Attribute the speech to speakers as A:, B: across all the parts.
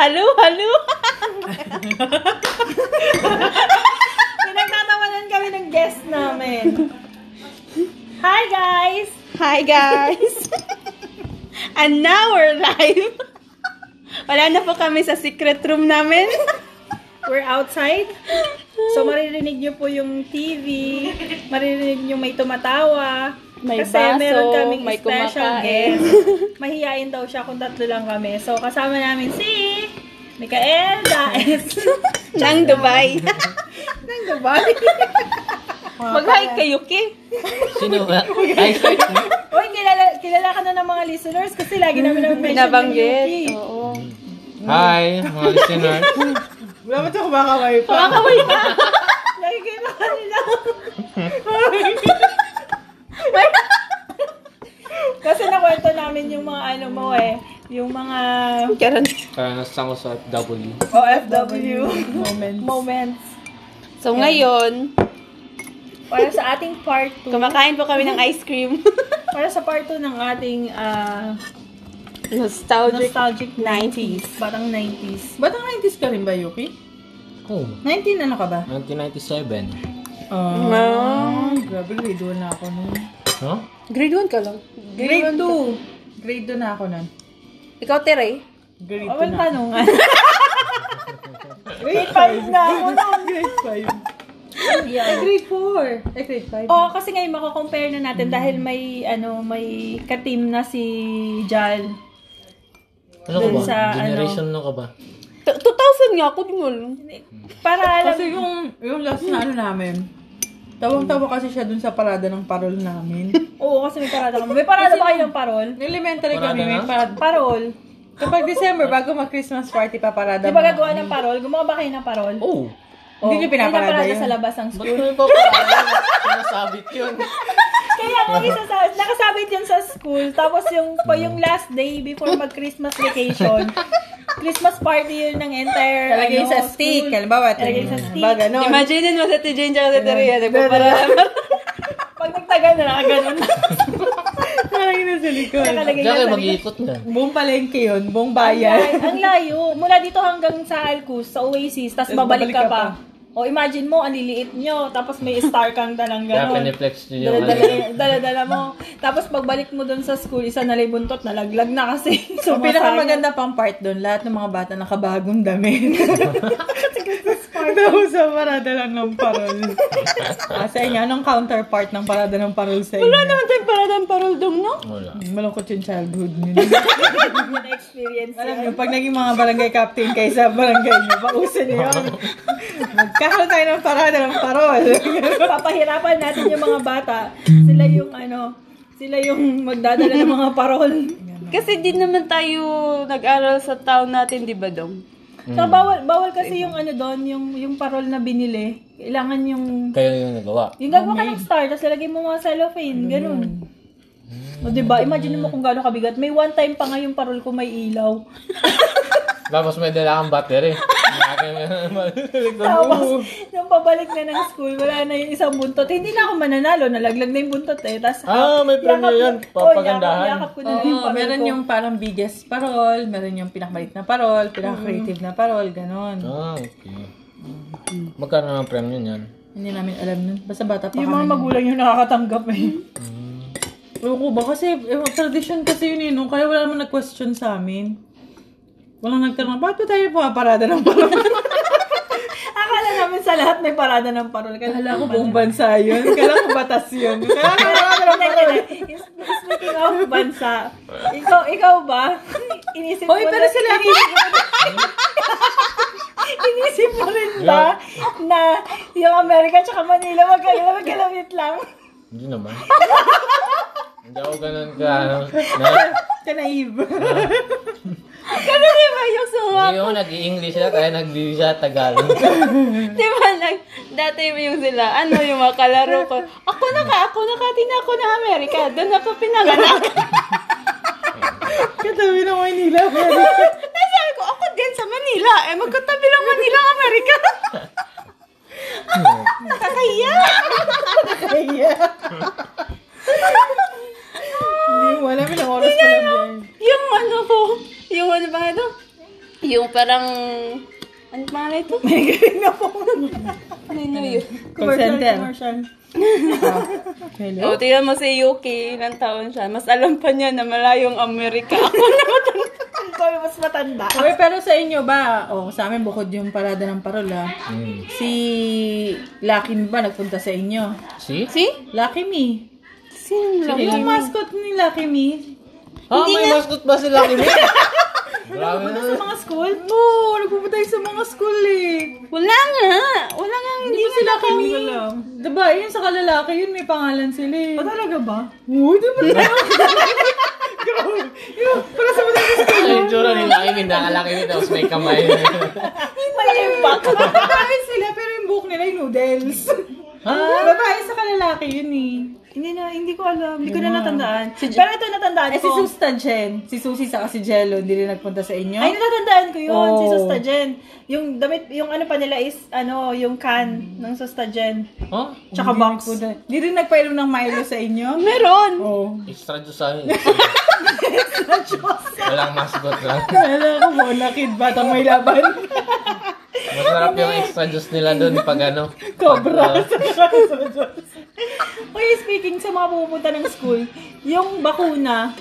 A: Halo, halo.
B: Pinagtatawanan kami ng guest namin. Hi guys!
A: Hi guys. And now we're live. Wala na po kami sa secret room namin.
B: We're outside. So maririnig niyo po yung TV, maririnig niyo may tumatawa.
A: May
B: kasi
A: baso,
B: meron kaming
A: may
B: special
A: kumakain.
B: guest. Mahihain daw siya kung tatlo lang kami. So kasama namin si Mikael Daes.
A: Nang Dubai.
B: Ng Dubai.
A: Mag-hi kayo, Ki.
C: Sino ba? Ay,
B: Uy, kilala, kilala ka na ng mga listeners kasi lagi namin nang mention
A: Binabanggit. Oo.
C: Hi, mga listeners.
A: Kumakaway pa.
B: Lagi kilala nila. kasi nakwento namin yung mga ano mo eh. Yung mga
A: Karon.
C: Karanasan ko sa FW.
B: OFW moments. moments.
A: So ngayon,
B: Para sa ating part 2.
A: kumakain po kami ng ice cream.
B: Para sa part 2 ng ating ah,
A: Nostalgic.
B: nostalgic 90s.
A: 90s.
B: Batang 90s.
D: Batang 90s ka rin ba, Yuki?
C: Oh,
D: 19 ano ka ba?
C: 1997.
B: Ah.
D: Oh,
A: Wow.
D: grabe, grade 1 na ako nun.
C: Huh?
A: Grade 1 ka lang.
D: Grade 2! Grade 2 na ako nun.
A: Ikaw, Tere.
D: Grade 2
B: Oh, walang
D: na.
B: tanungan. Grade 5 na ako na.
D: Grade 5.
B: Yeah.
D: Grade 4. Eh, grade 5.
B: Oo, Oh, kasi ngayon mako-compare na natin dahil may ano may ka-team na si Jal.
C: Ano ka ba?
B: Sa ano?
C: Generation ano? ka ba?
A: T- 2000 nga ako, di mo alam.
B: Para alam
D: Kasi yung, yung last na ano namin, tawang-tawa kasi siya dun sa parada ng parol namin.
B: Oo, kasi may parada kami. May parada ba kayo ng parol?
D: Nung Elementary
C: Parada
D: kami, may
C: na?
D: parada.
B: Parol.
D: Kapag December, bago mag-Christmas party, paparada
B: Di ba
D: mga-
B: gagawa ng parol? Gumawa ba kayo ng parol?
C: Oh!
D: Hindi niyo pinaparada
B: pinaparada
D: yun.
B: sa labas ng
C: Ba't
B: school.
C: ko yung paparaan? Sinasabit yun.
B: Kaya kung isa sa, nakasabit yun sa school, tapos yung, pa yung last day before mag-Christmas vacation, Christmas party yun ng entire,
D: Talagay
B: ano,
D: sa stick.
B: school.
D: Halimbawa, ito.
B: Talagay sa stick.
D: Ba, ganon.
A: Imagine mo sa Tijen tsaka sa Tere. Nagpaparama.
B: Pag nagtagal na nakaganon.
D: Talagay na sa likod.
B: Nakalagay na
C: Diyan kayo
B: sa
C: mag-iikot na.
D: Buong palengke yun, buong bayan.
B: Ayan. Ang layo. Mula dito hanggang sa Alcus, sa Oasis, tapos
D: Tas
B: babalik
D: babalik
B: ka
D: ka
B: pa. O imagine mo, ang liliit nyo, tapos may star kang dalang
C: Kaya
B: gano'n.
C: piniflex nyo yung ano.
B: Dala-dala, dala-dala mo. Tapos pagbalik mo dun sa school, isa na buntot, nalaglag na kasi.
D: So,
B: Sumasayang.
D: pinakamaganda pang part doon, lahat ng mga bata nakabagong damit. Tapos sa parada lang ng parol. ah, sa inyo, anong counterpart ng parada ng parol sa inyo? Wala
A: Ano tayong paradang paroldong, no?
C: Wala.
D: Malungkot yung childhood nyo.
B: Yun ang experience.
D: Alam nyo, pag naging mga barangay captain kayo sa barangay nyo, pauso nyo yun. Magkakaroon tayo ng parada ng parol.
B: Papahirapan natin yung mga bata. Sila yung ano, sila yung magdadala ng mga parol.
A: Kasi di naman tayo nag-aral sa town natin, di ba, Dong?
B: So, bawal, bawal kasi yung ano doon, yung, yung parol na binili. Kailangan yung
C: Kayo yung nagawa.
B: Yung gagawa ka ng star, tapos lalagay mo mga cellophane, ganun. O diba, imagine mo kung gaano kabigat. May one time pa nga yung parol ko may ilaw.
C: Tapos may dala kang battery.
B: Tapos, nung pabalik na ng school, wala na yung isang buntot. Hindi na ako mananalo, nalaglag na yung buntot eh. Tapos,
C: Ah, may
B: yakap-
C: premyo yan.
B: Oh,
C: Papagandahan.
B: yakap- yakap ko na lang yung
D: Oo,
B: parol
D: meron
B: ko.
D: yung parang biggest parol, meron yung pinakamalit na parol, pinaka-creative na parol, ganon.
C: ah, okay. Magkano ang premyo niyan?
D: Hindi namin alam nun. Basta bata pa
B: Yung
D: kami.
B: mga magulang yung nakakatanggap eh.
D: Ewan ko ba? Kasi, eh, tradition kasi yun eh, no? Kaya wala naman nag-question sa amin. Walang nagtanong, bakit ba tayo pumaparada ng parang?
B: Akala namin sa lahat may parada ng parol. Kaya
D: Kala ko buong bansa yun. Kala ko batas yun. Kala ko parada ng
B: Teka
D: parol.
B: lang, Speaking of bansa, ikaw, ikaw ba? Inisip
D: Hoy,
B: mo
D: pero
B: na-
D: sila
B: Inisip mo rin ba na yung Amerika tsaka Manila magkala magkalawit lang?
C: Hindi naman. Hindi ako ganun ka. ano, na-
D: Kanaib.
A: Ganun di ba yung suma?
C: Hindi ako nag-i-English na kaya nag-i siya Tagalog.
A: Di ba, nag, dati yung sila, ano yung mga kalaro ko. Ako na ka, ako na ka, tina ako na Amerika. Doon ako pinanganak.
D: Katabi ng Manila.
A: Tapos sabi ko, ako din sa Manila. Eh, magkatabi lang Manila, Amerika.
B: Hmm.
A: Nakakahiya.
D: Kaya. Hindi, wala. May oras pa lang yun.
A: Yung ano ko, yung ano ba ito? Yung parang... Ano pa ito?
B: Nagiging na po.
A: Ano yun?
D: Commercial,
B: Commercial,
D: commercial.
B: commercial.
A: O, Oh, tingnan mo si Yuki, ilang taon siya. Mas alam pa niya na malayong Amerika. Ano Ako na
B: Ikaw
A: matanda.
B: yung mas matanda.
D: Okay, pero sa inyo ba, oh, sa amin bukod yung parada ng parola,
C: Mm.
D: si Lakin ba nagpunta sa inyo?
C: See?
A: Si?
D: Lucky me.
A: Sino lang?
D: Yung mascot ni Lucky me.
C: Ah, may mascot ba si Lucky Bee? Grabe na.
D: Sa mga school? No, nagpupunta tayo sa mga school eh.
A: Wala nga. Wala nga. Hindi
D: Hindi
A: nga
D: si
A: sila
D: Lucky me. Diba, yun sa kalalaki yun, may pangalan sila eh.
B: O talaga ba?
D: Oo, di ba?
C: Ay, tsura ni Lucky Bee, nakalaki Bee, tapos may kamay.
B: May impact.
D: Babae sila, pero yung buhok nila yung noodles. Babae sa kalalaki yun eh.
B: Hindi na, hindi ko alam. Hindi ko na natandaan. Pero ito natandaan
D: Eh, si
B: ko.
D: Susta Jen. Si Susie saka si Jello, hindi rin nagpunta sa inyo?
B: Ay, natatandaan ko yun, si
D: Oh.
B: Sustagen. Yung damit, yung ano pa nila is, ano, yung can ng Sustagen.
C: Huh?
B: Tsaka box.
D: Hindi rin nagpainom ng Milo sa inyo? Oh.
A: Meron.
D: Oo.
C: Extra juice sa akin. Walang mascot lang.
D: Alam ko mo, nakid batang may laban.
C: Masarap yung extra juice nila doon pag ano.
D: Cobra.
C: Pag,
B: Okay, speaking sa mga pupunta ng school, yung bakuna,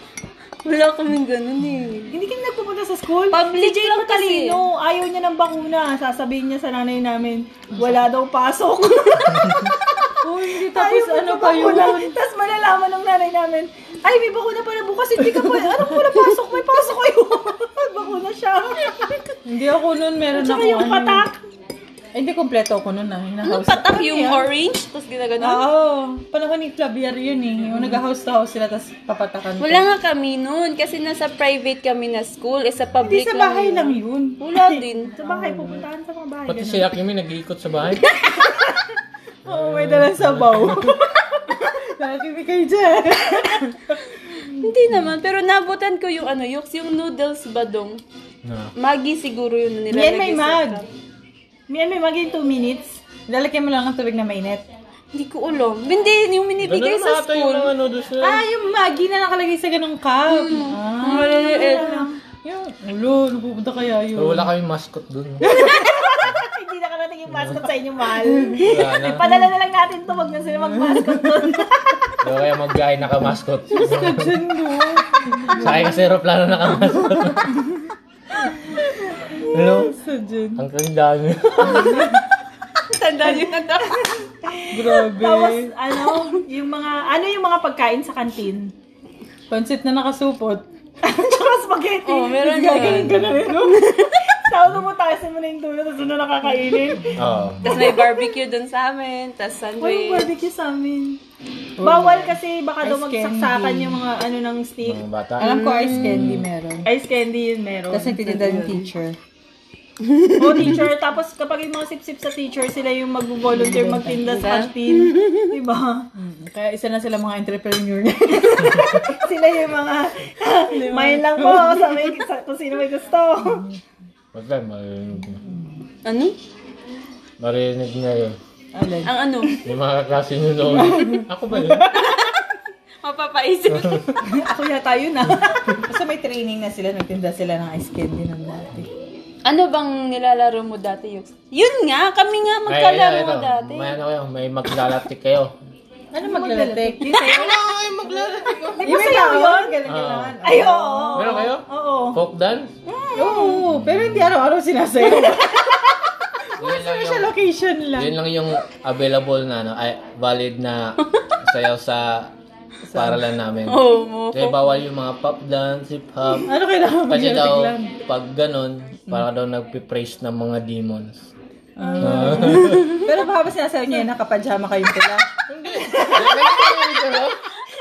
A: Wala kaming ganun eh.
B: hindi kami nagpupunta sa school.
A: Public
B: si Jake
A: lang kasi.
B: matalino, ayaw niya ng bakuna. Sasabihin niya sa nanay namin, wala daw pasok.
D: Oo, hindi tapos
B: Ayaw,
D: ano
B: may
D: pa yun.
B: bakuna. Tapos malalaman ng nanay namin, ay, may bakuna pala bukas, hindi ka pa, ano wala pasok, may pasok kayo. bakuna siya.
D: Hindi ako nun, meron
B: Tsaka
D: ako
B: yung
D: ano.
B: patak.
D: Eh, Hindi kompleto ako nun ah.
A: Ano
D: Hinahouse.
A: patak yung orange? Tapos ginaganon?
D: Oo. Panahon ni Flavier yun eh. Yung nag-house to house sila, tapos papatakan. ko.
A: Wala nga kami nun. Kasi nasa private kami na school. Eh, sa
D: Hindi
A: public
D: sa bahay lang yun.
A: Wala din.
B: Sa bahay, pupuntahan sa mga bahay.
C: Pati
B: ganun.
C: si Lucky Bee nag-iikot sa bahay.
D: Oo, may dalang sabaw. Nakakibig kayo dyan.
A: Hindi naman. Pero nabutan ko yung ano, yung, yung noodles badong.
C: No.
A: Magi siguro yun nila.
D: Yan may mag.
B: Mian, may maging 2 minutes.
D: Lalagyan mo lang ng tubig na mainit.
A: Hindi ko alam. Hindi, yung minibigay
C: Ganun
A: sa
C: ata yung ano,
A: school.
C: mga noodles nila.
D: Ah, yung Maggi na nakalagay sa ganong cup.
B: Hmm.
D: Ah,
B: eh.
A: Maliliit.
D: yung, ulo, napupunta kaya yun.
C: Pero wala kami mascot doon.
B: Ay, hindi nakarating yung mascot sa inyo, mahal.
C: Wala na.
B: Padala na lang natin to, wag na sila mag-mascot doon.
C: Kaya kaya magbiyahe naka-mascot.
D: Diyan doon.
C: Sakay kasi aeroplano naka-mascot. Hello?
D: Sa dyan.
C: Ang kanyang dami.
A: Tanda yun na dapat.
D: Grabe.
B: Tapos, ano, yung mga, ano yung mga pagkain sa kantin?
D: Pansit na nakasupot.
B: Tsaka spaghetti.
A: Oo, meron
B: Ganun
A: yun.
B: na rin, no? Tapos tumutasin mo na yung tulo, tapos ano nakakainin.
C: Oo.
A: Tapos may barbecue dun sa amin. Tapos
B: Walang
A: sandwich.
B: barbecue sa amin. Oh. Bawal kasi Eh, baka daw
D: Ice
B: magsaksakan
D: candy.
B: yung mga ano ng stick.
C: Mga bata.
D: Alam ko ice candy meron.
B: Ice candy yun meron.
D: Tapos nagtitinda yung teacher.
B: o teacher, tapos kapag yung mga sip-sip sa teacher, sila yung mag-volunteer magtinda sa kantin. Diba?
D: Kaya isa na sila mga entrepreneur niya.
B: sila yung mga, main lang po sa may, sa, kung sino may gusto.
C: Wag lang, maririnig niya.
A: Ano?
C: Maririnig niya yun.
D: Alay.
A: Ang ano?
C: Yung mga kaklase niyo noon. Ako ba yun?
A: Mapapaisip.
B: Ako yata yun ah.
D: Basta may training na sila, nagtinda sila ng ice candy ng dati.
A: ano bang nilalaro mo dati, Yux? Yun nga, kami nga
C: Ay, ay,
A: magkalaro
C: ay, ito.
A: dati.
C: May ano kayo, may maglalatik kayo.
D: Ano maglalatik? Yung
B: Yung sa'yo yun?
C: Ah.
B: Ay, oo.
C: Meron kayo?
B: Oo.
C: Folk dance?
D: Oo, pero hindi araw-araw sinasayo.
C: Yun lang
D: Special
C: yung,
D: location lang.
C: yun lang yung available na, ano, ay, valid na sayaw sa paralan namin.
A: Oo Oh, mo.
C: Kaya bawal yung mga pop dance, hip hop.
D: Ano kailangan
C: Kasi
D: maglalatik
C: daw,
D: lang?
C: pag ganun,
A: Mm.
C: para daw nagpipraise ng mga demons.
D: Pero baka ba sinasabi niya yun, nakapajama kayong pula?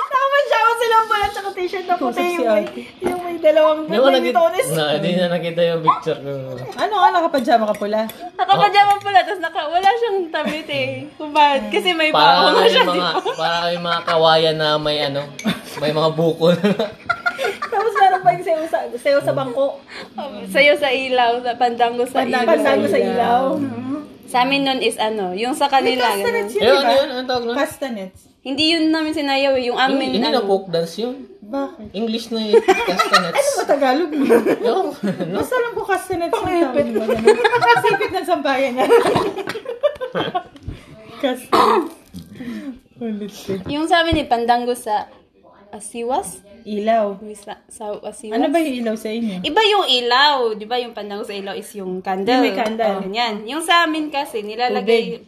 B: Tama siya ako silang pala tsaka t-shirt na puti
D: Tusok si
B: yung may,
D: ate.
B: yung may dalawang
C: Hindi ko
B: puti ni
C: nakita,
B: Tones.
C: na, di na nakita yung picture ko.
D: Ano ka, nakapajama ka pula?
A: Nakapajama
C: Oh.
A: pala, tapos naka, wala siyang damit eh. Kung bakit? Kasi may
C: Para
A: baon na siya.
C: kayong mga, para kayong mga kawayan na may ano, may mga buko na.
B: Tapos meron pa yung sayo sa, sayo sa bangko.
A: Sayo sa ilaw, sa pandango sa ilaw.
B: Pandago sa ilaw.
A: Sa amin nun is ano, yung sa kanila. ganun.
D: Castanets yun,
C: Ayun,
D: diba?
C: yun, ang tawag nun?
D: Castanets.
A: Hindi yun namin sinayaw eh, yung amin.
C: Hindi
A: ano.
C: na folk dance yun.
D: Bakit?
C: English na yung
D: Ano
C: castanets.
D: ba Tagalog mo?
C: Oo.
D: Basta alam ko kasi na sinasabi mo. ganun. Sipit ng sampayan niya. kasi. Ulit eh.
A: Yung sabi ni Pandango sa Asiwas?
D: Ilaw.
A: May Sa, sa Asiwas?
D: Ano ba yung ilaw sa inyo?
A: Iba yung ilaw, di ba? Yung pandango sa ilaw is yung candle.
D: Yung may candle.
A: Oh, ganyan. Yung sa amin kasi, nilalagay,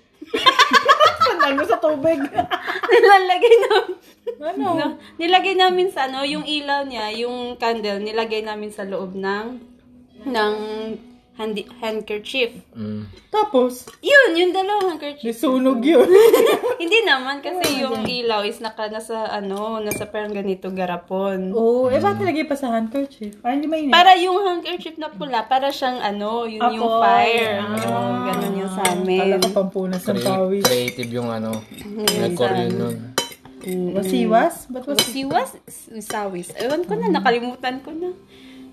D: Pandango sa tubig.
A: nilalagay namin,
D: ano?
A: no, nilagay namin sa ano, yung ilaw niya, yung candle, nilagay namin sa loob ng, ng handi, handkerchief.
C: Mm.
D: Tapos,
A: Yun, yung dalawang handkerchief.
D: nisunog yun.
A: Hindi naman
B: Oh
A: kasi yung ilaw is naka, nasa ano, nasa parang ganito garapon.
B: Oh.
D: Oo, eh ba't nilagay pa sa handkerchief?
B: Parang hindi mainit.
A: Para yung handkerchief na pula, para siyang ano, yun yung
B: Apoy.
A: fire.
B: Ah.
A: Ganon yung sa amin.
D: Kala ko pampunas ng
C: Cre-
D: pawis.
C: creative yung ano.
D: Mm-hmm.
C: Nag-core yun nun.
D: Wasiwas? Ba't was
A: Siwas? Sawis. Ewan ko na, nakalimutan ko na.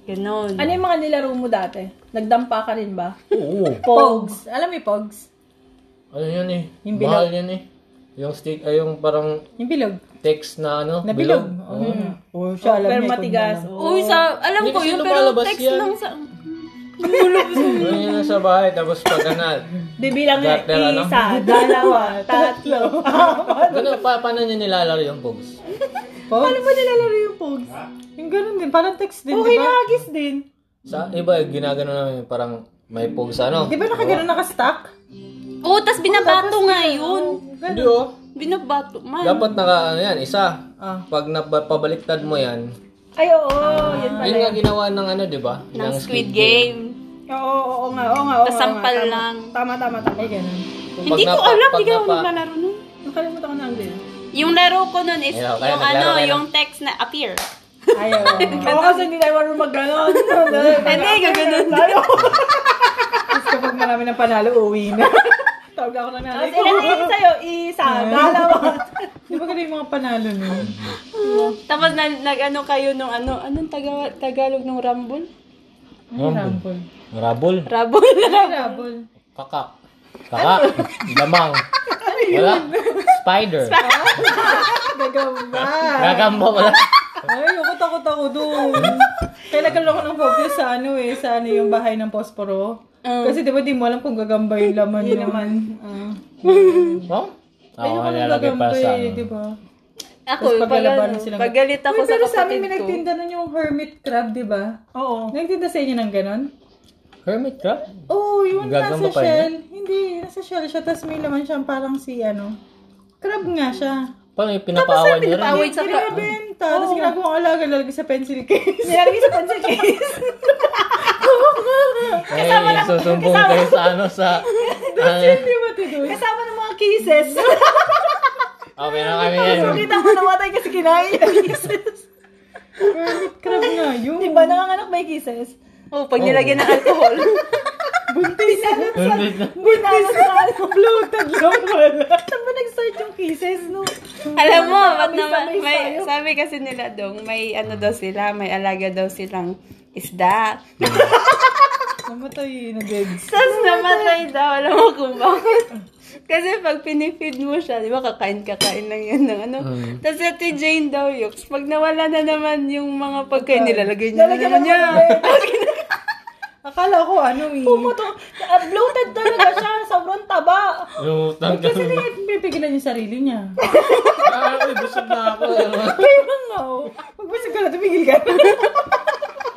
A: Ganon.
B: Mm-hmm. Ano yung mga nilaro mo dati? Nagdampa ka rin ba?
C: Oo.
B: Pogs. Alam mo yung pogs?
C: Ano yun eh?
D: Yung
C: Mahal
D: bilog.
C: yun eh. Yung stick, ay yung parang
D: Yung bilog.
C: text na ano,
D: Nabilog.
C: Oo.
D: Oh,
B: Oh,
D: siya alam
B: pero
D: niya kung
B: matigas.
D: ano.
B: Oh.
A: Uy, sa, alam
C: Hindi
A: ko
C: kasi
A: yun, pero
C: lumalabas
A: text
C: yan.
A: lang sa...
C: Ano yun sa bahay, tapos pag ganal.
B: Bibilang
C: Dahil- dahil ano?
B: isa, Ah, dalawa, tatlo.
C: Ganun, pa, paano nyo nilalaro yung bugs?
D: Pogs? Paano ba nilalaro yung pogs? Yung ganun din. Parang text din,
B: Okay,
D: di ba?
B: nahagis din.
C: Sa iba, ginagano namin parang may pogs ano.
D: Di ba nakagano'n nakastack?
A: Oo, tas binabato nga yun.
C: Hindi oh.
A: Binabato, man.
C: Dapat naka, ano yan, isa.
D: Ah.
C: Pag napabaliktad mo yan,
B: Ay, oo, yun pala.
C: yun nga ginawa ng ano, di ba?
A: Ng Squid Game.
B: Oo, oo, oo nga, oo nga, oo nga.
A: Kasampal
B: tama.
A: lang.
B: Tama, tama, tama.
D: Ay, ganun.
A: Hindi ko alam, hindi ka ako naglalaro nun.
B: Nakalimutan ko na ang din.
A: Yung laro ko nun is
C: Ayaw, kaya
A: yung
C: naglaro
A: ano,
C: kayo.
A: yung text na appear.
D: Ayaw.
B: Oo, kasi hindi tayo marunong mag-ganon.
A: Hindi, gaganon.
D: Tapos kapag marami ng panalo, uwi na. Tawag ako ng
B: Ah,
D: nanay ko. Ah.
B: Ilan na yun sa'yo? Isa, dalawa.
D: Di ba ganun yung mga panalo nun?
A: Tapos na, nag-ano kayo nung ano, anong taga, Tagalog nung rambol?
D: Rambol.
C: Rabol.
A: Rabol.
D: Rambol.
C: Kakak. Kakak. Lamang. Wala. Spider.
D: Gagamba.
C: Gagamba wala.
D: Ay, ako takot ako doon. Kaya nagkaroon ako ng phobia sa ano eh, sa ano yung bahay ng posporo.
B: Oh.
D: Kasi di ba di mo alam kung gagamba yung laman yun. naman. Uh,
C: No? Ako
D: ano
C: nilalagay
D: gagamba
C: para sa
D: eh,
C: ano.
D: di ba?
A: Ako,
D: Tapos
A: pag,
D: paglalabanan
A: ano,
D: sila.
A: pag galit ako
D: Uy,
A: sa
D: pero sa amin
A: kapatid
D: may
A: ko.
D: nagtinda nun yung hermit crab, di ba?
B: Oo.
D: Nagtinda sa inyo ng ganon?
C: Hermit crab?
D: Oo, oh, yun
C: Gagamba
D: nasa
C: pa yun?
D: shell. Hindi, nasa shell siya. Tapos may laman siyang parang si ano. Crab nga siya.
C: Parang yung pinapaawan niyo rin. eh.
A: Pinapawid sa ka.
D: Pinabenta. Tapos ginagawang alaga lalagay sa pencil case.
B: Nilalagay sa pencil case.
C: Eh, susumbong kayo sa ano sa... ano.
D: Di ba tidoy?
B: Kasama ng mga cases.
C: Okay na kami yan.
B: Kita ko namatay kasi kinain yung cases.
D: Hermit crab nga yun.
B: Di ba nanganganak ba yung cases?
A: Oh, pag nilagyan ng alcohol.
D: Buntis.
C: Hermit crab.
B: Buntis na ano.
D: Bloated lang pala.
B: Saan ba nag-start yung cases, no?
A: Alam mo, ba't
B: Sabay-sabay
A: naman, may,
B: tayo.
A: sabi kasi nila dong, may ano daw sila, may alaga daw silang isda.
D: Namatay na dead.
A: Tapos namatay daw, alam mo kung bakit. Kasi pag pinifeed mo siya, di ba kakain-kakain lang yan ng ano. Tapos si Ate Jane daw, Yuks, pag nawala na naman yung mga pagkain, nilalagay niya na
B: Lalagyan
A: naman
B: ng
A: niya.
D: Akala ko ano eh.
B: Pumuto. Ah, bloated talaga siya. Sobrang taba.
C: Yung utang ka.
D: Kasi na pipigilan yung sarili niya.
C: Ah, uy, busog na ako.
D: Kaya nga oh. Magbasag ka na, tumigil ka na.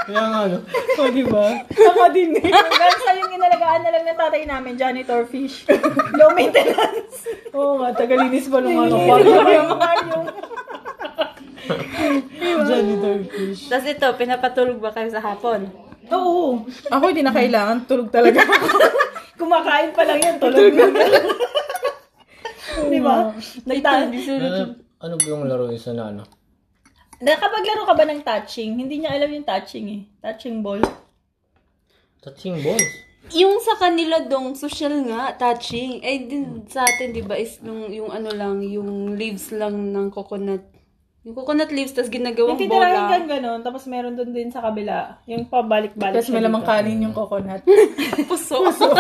C: Kaya nga, ano.
D: O, Oh, di ba? Ako din eh.
B: Hanggang sa yung inalagaan na lang ng tatay namin, janitor fish. Low maintenance.
D: Oo nga, tagalinis pa nung ano. Janitor fish.
A: Tapos ito, pinapatulog ba kayo sa hapon?
D: Oo. Ako hindi na kailangan. Tulog talaga.
B: Kumakain pa lang yan, tulog na. Di ba? Nagta-
C: Ano- Ano ba yung laro isa na ano?
B: Nakapaglaro ka ba ng touching? Hindi niya alam yung touching eh. Touching ball.
C: Touching balls.
A: Yung sa kanila dong, social nga, touching. Eh, din sa atin, di ba, is nung, yung ano lang, yung leaves lang ng coconut. Yung coconut leaves, tas ginagawang
B: Titirahin
A: bola.
B: kang ganun, tapos meron doon din sa kabila. Yung pabalik-balik.
D: Tapos may
B: siya
D: lamang
B: dito.
D: kanin yung coconut.
A: Puso.
B: Saluhin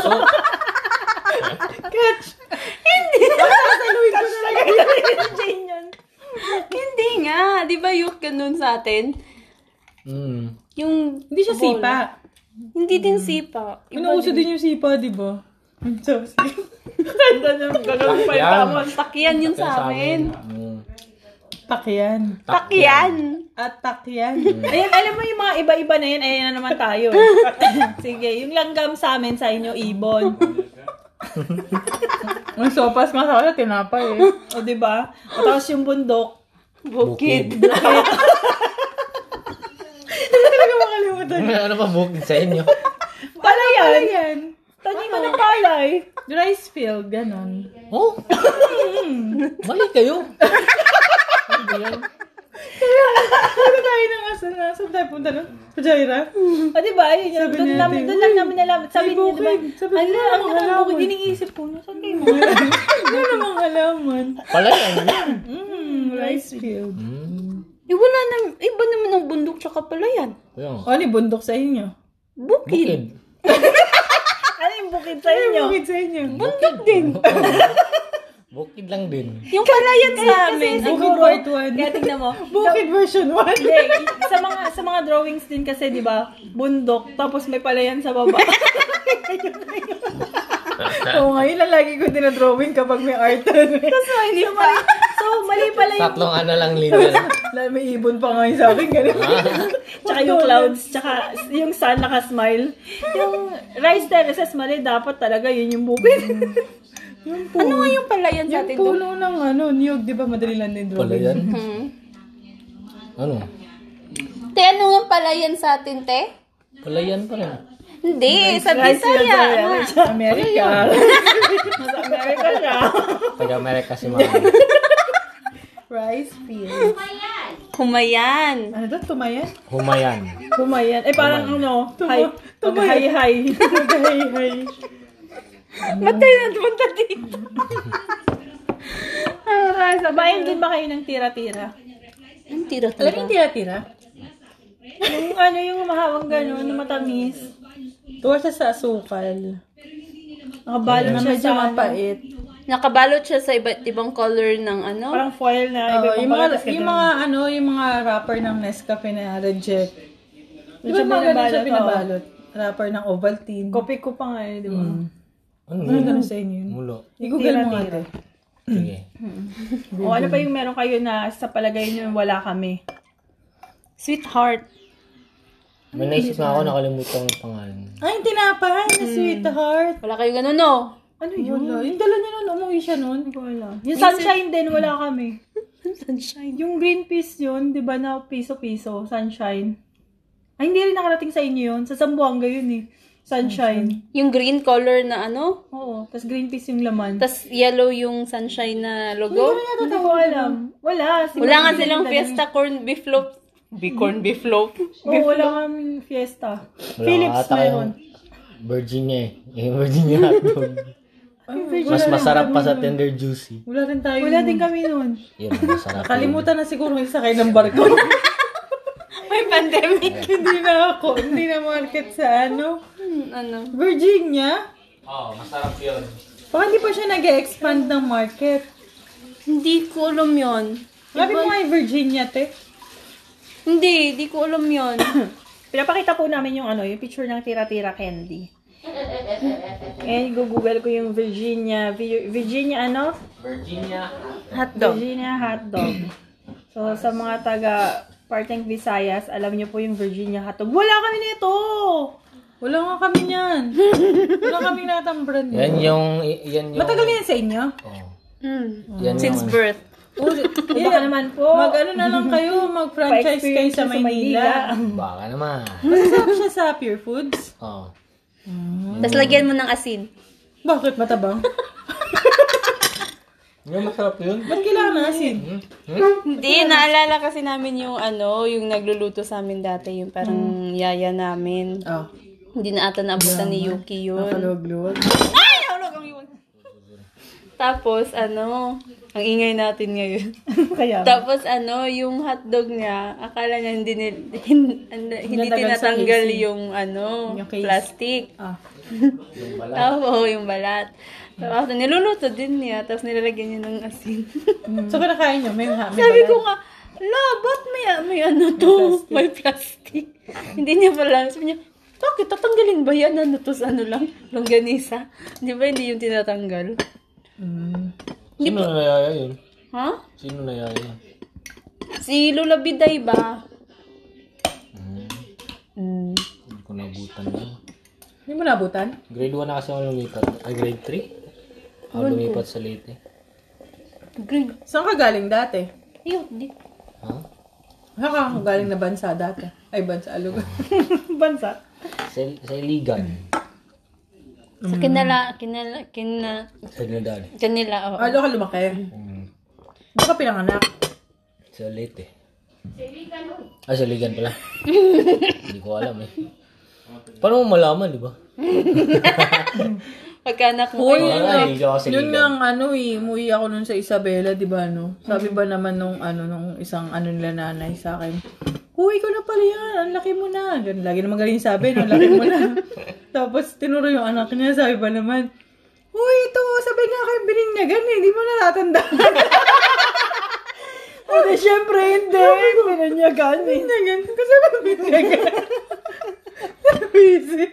B: ko na lang yung chain yun.
A: Hindi nga, di ba yung ganun nun sa atin.
C: Mm.
A: Yung
D: Hindi siya sipa.
A: Hindi din sipa. Iba
D: Inuuso din yung sipa, di ba? So,
A: Ganda ng gagawin pa Ano
C: Takyan.
A: yung Takyan yun sa amin.
C: Mm.
D: takyan.
A: Takyan.
D: At takyan.
B: Ayan, alam mo yung mga iba-iba na yun, ayan na naman tayo. Sige, yung langgam sa amin sa inyo, ibon.
D: Ang sopas nga sa kanya, tinapay eh.
B: O, di ba? O, tapos yung bundok.
A: Bukid.
D: Talaga makalimutan.
C: ano pa bukid sa inyo?
B: Palayan!
D: Ano Yan.
B: Taniman ng palay.
D: Rice field, ganon.
C: Oh? Mali kayo. Ano yan?
D: Ano tayo nang asa na? Saan tayo punta nun? Sa Jaira?
B: O, di ba? Ayun, yun.
D: Sabi
B: Doon,
D: niya,
B: namin,
D: ate,
B: doon lang namin nalaman. Sabi
D: may
B: niya, di ba?
D: bukid. Sabi
B: Ano,
D: niya,
B: ang
D: ang
B: naman bukid.
D: halaman.
B: Iniisip ko, no? Saan kayo mo?
D: Ano namang alaman?
C: Pala yan.
D: Mm, rice field.
C: Mm.
A: Eh, wala na, iba naman ang bundok tsaka palayan.
C: Ayun.
D: Ano yung bundok sa inyo?
A: Bukid.
C: Bukid.
B: Ano yung bukid sa inyo?
D: Bukid sa inyo.
A: Bundok din.
C: Bukid lang din.
A: Yung palayan sa amin.
B: Kasi
D: Bukid
B: siguro,
D: part one.
B: kaya tignan mo.
D: Bukid version 1.
B: Hindi, sa mga sa mga drawings din kasi, 'di ba? Bundok tapos may palayan sa baba.
D: Oo nga, yun lang lagi ko dinadrawing kapag may art.
B: so, hindi pa. So, mali pala yung
C: Tatlong ano lang linya.
D: Lahat may ibon pa ngayon sa akin. Ganun. Ano
B: tsaka yung clouds, tsaka yung sun naka-smile. Yung rice terraces mali dapat talaga yun yung bukid.
D: Yung
A: Ano
D: puno.
A: nga yung palayan sa
D: Yung
A: atin doon?
D: puno ng ano, niyog, di ba? Madali lang din
C: Pala
D: drawing.
C: yan.
A: Hmm.
C: Ano?
A: Te, ano nga palayan sa atin, te?
C: Pala yan pa rin.
A: Hindi, sa Bisaya.
B: Ah.
A: nga.
D: America.
B: Sa America siya.
C: Taga-America si Mama.
D: Rice field.
A: Kumayan.
D: Ano to? Tumayan?
C: Humayan.
B: Kumayan. Eh, parang ano, hi,
D: Tuma-
B: hi, hi.
D: Nagahihay.
A: Ba't tayo nagpunta dito?
B: Sabayan din ba kayo ng tira-tira?
A: Ang tira
D: Alam yung
A: talaga.
D: tira-tira?
B: Yung ano, yung mahawang gano'n, na Ano, matamis.
D: Tuwa siya sa asukal.
B: Nakabalo
D: Na
B: siya
D: medyo
B: sa ano,
D: mapait.
A: Nakabalot siya sa iba't ibang color ng ano.
B: parang foil na.
D: Oo,
B: iba-ibang
D: yung mga,
B: palatas ka
D: yung
B: ganun.
D: mga ano, yung mga wrapper ng Nescafe na reject. Di ba
B: Medyo
D: mga ganun siya
B: binabalot,
D: pinabalot? Wrapper ng Ovaltine.
B: Kopi ko pa nga eh, di ba?
C: Ano
D: Ano
C: yun?
D: ganun sa inyo yun?
C: Mulo.
D: I-google mo nga
B: Tira-tira.
D: ito.
C: Sige.
B: O ano pa yung meron kayo na sa palagay nyo wala kami?
A: Sweetheart.
C: May naisip na ako, nakalimutan ko yung pangalan.
D: Ay, yung tinapay na sweetheart.
A: Wala kayo ganun, no?
B: Ano yun?
D: Wala. ah? Yung dala niya nun, umuwi siya nun.
B: Yung sunshine din, wala kami.
A: Sunshine.
B: Yung green peas yun, di ba na piso-piso, sunshine. Ay, hindi rin nakarating sa inyo yun. Sa Zamboanga yun eh. Sunshine.
A: Yung green color na ano.
B: Oo. Tapos green peas yung laman.
A: Tapos yellow yung sunshine na logo.
B: Hindi ko alam. Wala. siguro
A: Wala nga
B: hindi
A: silang
B: nila-
A: fiesta corn beef loaf. Be corn beef loaf.
B: Oo, wala kami fiesta.
C: Wala
B: Philips
C: ata
B: meron.
C: kayong Virginia eh. Yung Virginia hotdog. Mas masarap pa sa tender juicy.
D: Wala rin tayo.
B: Wala din kami nun.
C: Yun, masarap.
D: Kalimutan na siguro yung sakay ng barko.
A: May pandemic.
D: hindi na ako, hindi na market sa ano.
A: ano?
D: Virginia?
C: Oo, masarap yun.
D: Baka hindi pa siya nag expand ng market.
A: Hindi ko alam yon.
D: Sabi mo nga yung Virginia, te.
A: Hindi, hindi ko alam yon.
B: Pinapakita po namin yung ano, yung picture ng tira-tira candy. Ngayon, google ko yung Virginia, Vi- Virginia ano?
C: Virginia.
A: Hotdog.
B: Virginia hotdog. So, sa mga taga parteng Visayas, alam niyo po yung Virginia hotdog. Wala kami nito!
D: Wala nga kami niyan. Wala kami natang brand.
C: Yan yung, yan yung...
D: Matagal na yan sa inyo?
C: Oo.
A: Mm.
C: Yan
A: Since
C: yung-
A: birth.
B: O baka naman po,
D: Mag ano na lang kayo, mag-franchise kayo
B: pa-experience
D: sa Maynila.
C: Baka naman. Oh.
D: Masarap siya sa Pure Foods.
C: Oo.
A: Tapos lagyan mo ng asin.
D: Bakit matabang?
C: Yung masarap yun.
D: Ba't kailangan ng asin?
A: Hindi, naalala kasi namin yung ano, yung nagluluto sa amin dati, yung parang yaya namin.
D: Hmm. Oh,
A: Hindi na ata naabutan ni Yuki yun.
D: kaluwag-luwag.
A: Ay, nahulog ang yun. Tapos, ano, ang ingay natin ngayon.
B: Kaya,
A: Tapos, ano, yung hotdog niya, akala niya hindi, nil- hin- ano, hindi
D: Nilagay sa
A: tinatanggal
D: casing.
A: yung, ano,
D: Yung case.
A: plastic.
D: Ah.
A: Oo, yung balat. Tapos, niluluto din niya, tapos nilalagyan niya ng asin.
B: Mm.
D: So, kinakain nyo? May, may
A: Sabi
D: balat?
A: ko nga, Ala, ba't may, may ano to? Ano May plastic. Hindi niya pala. Sabi niya, bakit? Tatanggalin ba yan? Ano to? Sa ano lang? Longganisa? Di ba hindi yung tinatanggal?
C: Sino na yaya yun?
A: Ha?
C: Sino na yaya yun?
A: Si Lola Biday ba? Mm.
C: Hindi ko nabutan na.
D: Hindi mo nabutan?
C: Grade 1 na kasi ako lumipat. Ay, grade 3? Ako lumipat sa Leyte.
A: Green.
D: Saan ka galing dati?
A: Ayun, di.
C: Ha?
D: Saan ka galing na bansa dati? Ay, bansa. Alug.
B: Bansa.
C: Sa, sa Iligan.
A: Sa kinala, kinala, kina,
C: Sa Nadal.
A: kanila, oh. oo.
D: Alo ka lumaki.
C: Mm.
D: Hindi ka pinanganak.
C: Sa Leyte. Sa Iligan. Ah, sa Iligan pala. Hindi ko alam eh. Paano mo malaman, di ba?
A: Pagkaanak mo.
D: Uy,
C: Wala,
D: yun,
C: hindi ako sa
D: yun
C: ligan.
D: nga ang ano eh, umuwi ako nun sa Isabela, di ba no? Sabi ba naman nung ano, nung isang ano nila nanay sa akin, Uy, ikaw na pala yan, ang laki mo na. Ganun, lagi naman galing sabi, no, ang laki mo na. Tapos tinuro yung anak niya, sabi ba naman, Uy, ito, sabi nga kayo, bininyagan eh, di mo natatandaan.
B: Hindi, syempre hindi. Pinanyagan eh.
D: Bininyagan, kasi ba bininyagan? Napaisip.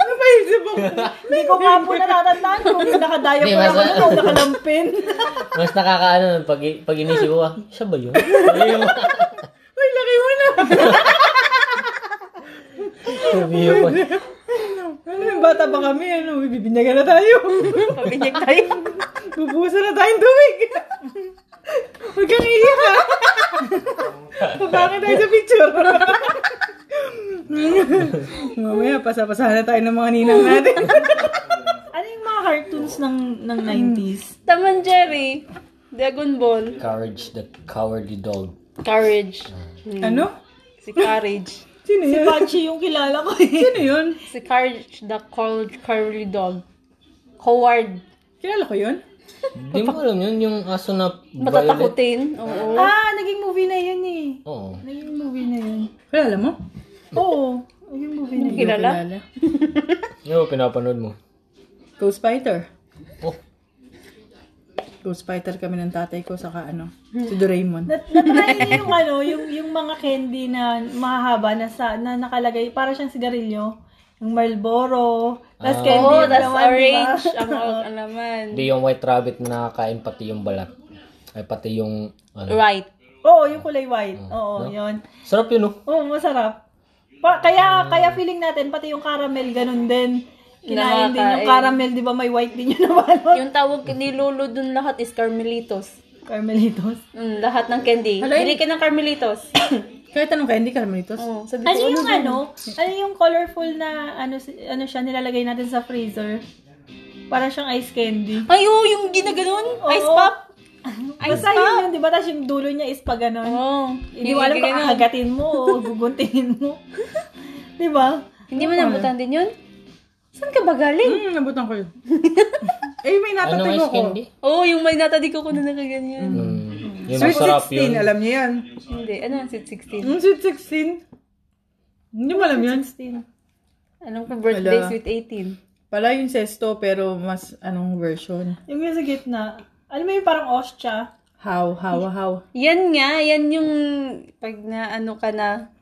D: Napaisip ako.
B: Hindi ko nga po natatandaan kung nakadaya
C: Hindi,
B: po ako
C: basta-
B: nun, nakalampin.
C: Mas nakakaano nun, pag, pag inisip ko, ah, siya ba yun? Ay, yung-
D: Uy, laki mo na.
C: Sabi yun pa.
D: Ano, yung bata pa kami, ano, bibinyagan na tayo.
A: Pabinyag tayo.
D: Bubuhusan na tayong tubig. Huwag kang iiyak ha. Papangin tayo sa picture. Mamaya, pasapasahan na tayo ng mga ninang natin.
B: Ano yung mga cartoons ng ng 90s?
A: Taman Jerry. Dragon Ball.
C: Courage the Cowardly Dog.
A: Courage.
D: ano?
A: Si Courage.
D: Sino
B: Si
D: yun?
B: Pachi yung kilala ko eh.
D: Sino yun?
A: Si Courage the Cold Curly Dog. Coward.
D: Kilala ko yun?
C: Hindi mo alam yun, yung aso na violet.
A: Matatakutin. Oo.
B: Ah, naging movie na yan eh.
C: Oo.
B: Naging movie na yan.
D: Kilala mo?
B: Oo, naging movie na yan.
A: Kilala?
C: Yung oh, pinapanood mo.
D: Ghost Fighter.
C: Oh,
D: Ghost Fighter kami ng tatay ko, saka ano, si
B: Hmm.
D: Doraemon.
B: Nat- Natry niyo yung ano, yung, yung mga candy na mahaba na, sa, na nakalagay, para siyang sigarilyo. Yung Marlboro, tas candy yung
A: Oo, Oh, that's
B: laman, di ba?
A: orange. Ang ang alaman.
C: hindi yung white rabbit na nakakain pati yung balat. Ay, pati yung, ano.
A: Right.
B: Oo, yung kulay white. Oo, yun.
C: Sarap yun, oh.
B: Oo, masarap. Pa, kaya, kaya feeling natin, pati yung caramel, ganun din. Kinain din yung
A: Nakakain.
B: caramel, di ba may white din yung nabalot?
A: Yung tawag ni Lolo dun lahat is Carmelitos.
B: Carmelitos.
A: Mm, lahat ng candy.
D: Hala,
A: Bili ka ng Carmelitos.
D: Kahit anong candy, Carmelitos.
A: Oo. Sabi
B: Ano
A: ko,
B: yung ano? Ano yung colorful na ano si- ano siya nilalagay natin sa freezer? Para siyang ice candy.
A: ay, oo, yung ginaganon. Ice pop. Ice
B: Basta
A: pop.
B: yun yun, di ba? Tapos yung dulo niya is ano. pa ganun.
A: Oo.
B: Hindi mo alam kung
A: ginaganon.
B: kakagatin mo o guguntingin mo. di ba?
A: Hindi mo nabutan din yun? Saan ka ba galing?
D: Hmm, nabutan ko yun. eh, may
C: Ano
D: natatay
C: ice
D: ko.
C: candy?
A: Oo, oh, yung may natadi ko ko na nakaganyan.
C: Mm. Yung
D: Sweet
C: masarap
D: 16,
C: yun.
D: alam niyo yan.
A: Hindi, ano yung sweet 16?
D: Hmm, sweet 16. Hindi mo alam yun.
A: Anong pa birthday
D: Wala.
A: sweet 18?
D: Pala yung sesto, pero mas anong version?
B: Yung yung sa gitna. Alam mo yung parang ostya.
D: How, how, how.
A: Yan nga, yan yung pag na ano ka na.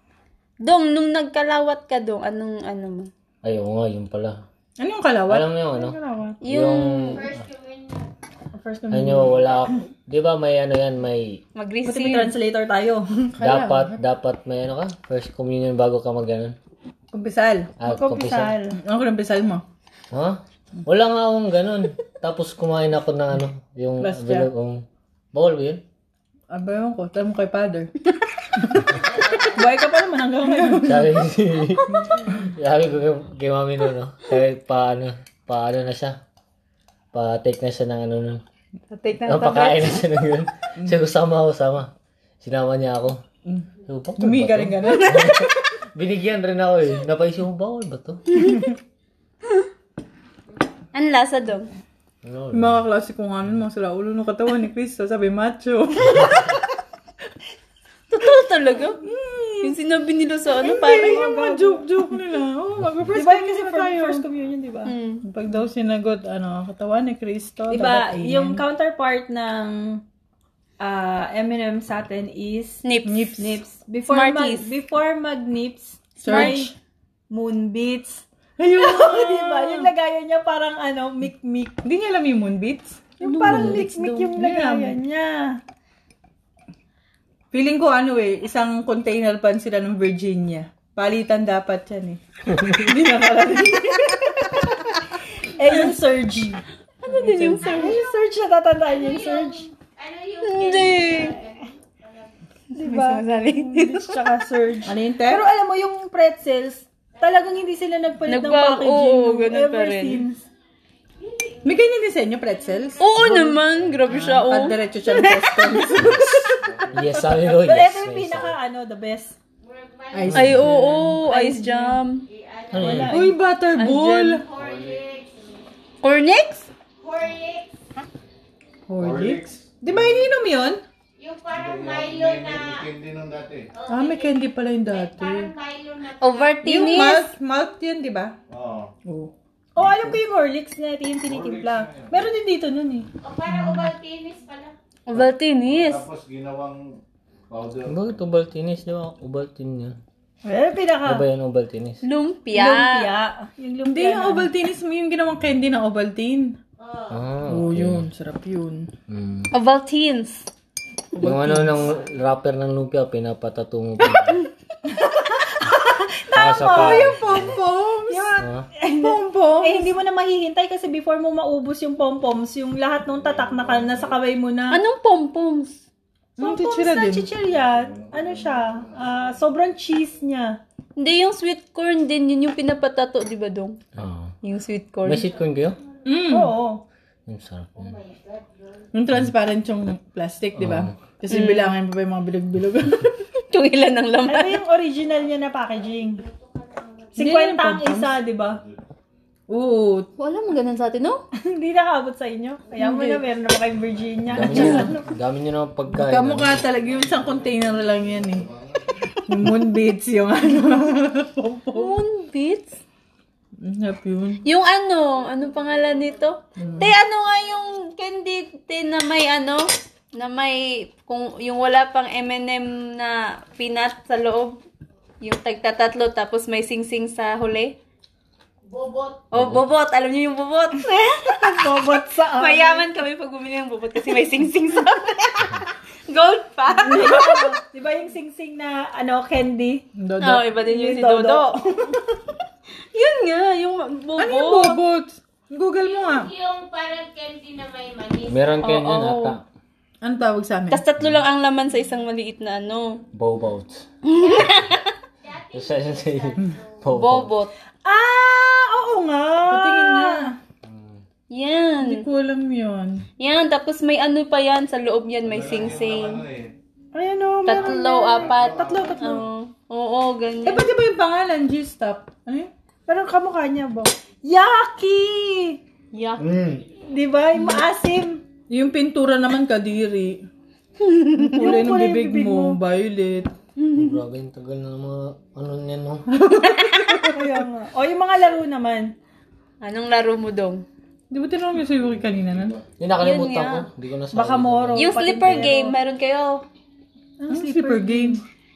A: Dong, nung nagkalawat ka dong, anong ano mo?
C: Ay, oo nga, yun pala.
D: Ano yung kalawat?
C: Alam mo yung ano?
A: Yung
D: First
C: Ano yung wala ako. Di ba may ano yan, may
B: Buti may
A: mag-receive.
B: translator tayo.
C: dapat, dapat may ano ka? First communion bago ka mag ganun.
D: Kumpisal.
C: Ah, kumpisal.
D: Ano kumpisal mo?
C: Ha? Wala nga akong ganun. Tapos kumain ako ng ano, yung bilog kong... Bawal ba yun?
D: Aba yun Ah, ko. Tala mo kay father. Buhay ka pa naman hanggang ngayon.
C: Sabi, sabi ko kay, kay mami nun, no? Sabi, pa ano, pa ano na siya. Pa take na siya ng ano nun.
A: Take na.
C: Ah, pakain na siya ng yun. Sabi ko, sama ako, sama. Sinama niya ako. Sabi ko, "Bakit
D: Hindi
C: ba
D: ka
C: to?"
D: rin ganun.
C: Binigyan rin ako eh. Napaisip ko, bawal ba to?
A: Ang lasa dong.
C: No.
D: Yung mga klase ko nga nun, mga sila ulo ng katawan ni Cristo. Sabi, macho.
A: Totoo talaga? Yung sinabi nila sa ano,
D: Ay,
A: parang...
D: yung mga joke-joke nila. Oh,
B: Di
D: mag-first
B: ba yun kasi
D: communion na
B: first,
D: tayo.
B: first communion, di ba?
D: Pag daw sinagot, ano, katawan ni
B: Di
D: Cristo.
B: Mm. ba?
D: dapat
B: Yung counterpart ng ah, M&M sa atin is
A: Nips.
D: Nips.
B: nips. Before
A: Smarties.
B: mag before mag nips,
D: Search.
B: moon beats.
D: Ayun!
B: Di ba? Yung lagayan niya parang ano, mikmik.
D: Hindi niya alam yung moonbeats.
B: Yung parang
D: Moonbeats
B: mikmik
D: daw.
B: yung
D: Yeah.
B: lagayan niya.
D: Feeling ko ano eh, isang container pan sila ng Virginia. Palitan dapat yan eh. Hindi na pala.
B: Eh, yung surge.
A: Ano din yung sir?
B: Ay, yung surge, natatandaan niyo yung surge.
A: Hindi.
B: Di
A: Mas
B: ba?
A: masali.
B: Diba? Beach tsaka surge.
D: Ano yung
B: Pero
D: term?
B: alam mo, yung pretzels, talagang hindi sila nagpalit ng
A: Nagba-
B: packaging.
A: oo,
B: no?
A: ganun pa
B: Ever
A: rin.
B: since.
D: May ganyan disenyo, pretzels?
A: Oo naman, grabe siya. Oh.
D: At diretso siya ng customs.
C: Yes, sabi ko,
B: But
C: yes.
B: ito yung
C: yes.
B: pinaka, ano, the best.
D: Ice.
A: Ay, oo, ice jam.
C: Ano yun?
D: Uy, butterball!
A: Cornex?
D: Horlicks? Di ba ininom yun?
E: Hindi nung dati.
B: Oh,
D: Ah, may candy pala yung dati. Yung
A: Overtinis?
D: malt, malt yun, di ba?
E: Oo.
D: Oo.
B: Oh, alam ko yung Horlicks na yung tinitimpla. Meron din dito nun eh.
A: Overtinis.
E: Tapos ginawang powder.
C: Bakit Ubaltinis? Di ba? Ubaltin yun.
B: Eh,
C: Ano ba
B: pinaka.
C: yun, Ubaltinis?
A: Lumpia.
B: Yung Eh,
D: Hindi,
B: lumpia.
D: yung Ovaltine is yung ginawang candy na Ovaltine.
C: Ah,
D: Oo,
C: okay.
D: yun. Sarap yun.
C: Mm.
A: Ovaltines.
C: Yung ano ng rapper ng lumpia, pinapatato mo pa. Tama! Sa pa.
D: Pom-poms!
C: Ah,
D: Pom-pom!
B: Eh, hindi mo na mahihintay kasi before mo maubos yung pompoms, yung lahat ng tatak na ka, nasa kamay mo na.
A: Anong pompoms?
D: Yung
B: Pompoms
D: Ano, chichira
B: na
D: din.
B: chichirya. Ano siya? Ah, sobrang cheese niya.
A: Hindi, yung sweet corn din, yun yung pinapatato, di ba, Dong?
C: Oo.
A: Yung sweet corn.
C: May sitcom kayo?
D: Mm.
B: Oo.
C: Ang sarap yun.
D: Yung transparent yung plastic, di ba?
B: Mm.
D: Kasi bilangin pa pa yung mga bilog-bilog.
A: Yung ilan ng laman.
B: Ano yung original niya na packaging?
D: Hindi
B: 50
D: na
B: ang
D: pompoms.
B: isa, di ba?
D: Oo.
A: Wala mang ganun sa atin, no?
B: Hindi nakaabot sa inyo. Kaya mo na meron naman kayong Virginia.
C: Dami nyo, dami nyo naman pagkain.
D: Kamukha talaga. Yung isang container lang yan eh. Yung moonbeats yung ano. Pom-pom.
A: Moon beats?
D: Ang Sarap yun.
A: Yung ano, ano pangalan nito? Te, ano nga yung candy te na may ano? Na may, kung yung wala pang M&M na peanut sa loob. Yung tagtatatlo tapos may sing-sing sa huli. Bobot. Oh, bobot. Alam niyo yung bobot?
B: Bobot sa amin.
A: Mayaman kami pag bumili ng bobot kasi may sing-sing sa Gold pa.
B: Di ba yung sing-sing na ano, candy?
A: Oo,
D: Dodo.
A: Oh, iba din yun
B: Yung
A: si
B: Dodo.
A: Dodo. Yun nga, yung bobot.
D: Ano yung bobot? Google mo nga.
F: Yung parang candy na may manis.
C: Meron kayo yun
A: Oo.
C: ata.
D: Ano tawag sa amin?
A: Tapos tatlo lang ang laman sa isang maliit na ano.
C: Bobot. Isa yun sa iyo. Bobot.
A: Bobot.
B: Ah, oo nga.
D: Patingin nga. Hindi
A: Yan.
D: ko alam yun.
A: Yan. Tapos may ano pa yan. Sa loob yan may sing-sing.
E: Ano eh?
B: Ayan oh. o.
A: Tatlo, apat.
B: Tatlo, tatlo.
A: Oo, oo,
D: Eh,
A: ganyan.
D: ba't ba yung pangalan? G-Stop? Ano yun?
B: Parang kamukha niya ba? Yaki!
A: Yak.
C: Mm.
B: Di ba? Yung maasim.
D: Yung pintura naman kadiri. Yung kulay ng
B: kulay ng
D: bibig
B: bibig
D: mo, violet.
C: Grabe, ang tagal na ng mga ano niyan, no?
B: Kaya nga. O yung mga laro naman.
A: Anong laro mo dong?
D: Di ba tinanong yung sa'yo kanina nun?
C: Yun, nakalimutan ko. Hindi ko nasabi.
B: Baka moro.
A: Yung slipper game, meron kayo.
D: Ang slipper game.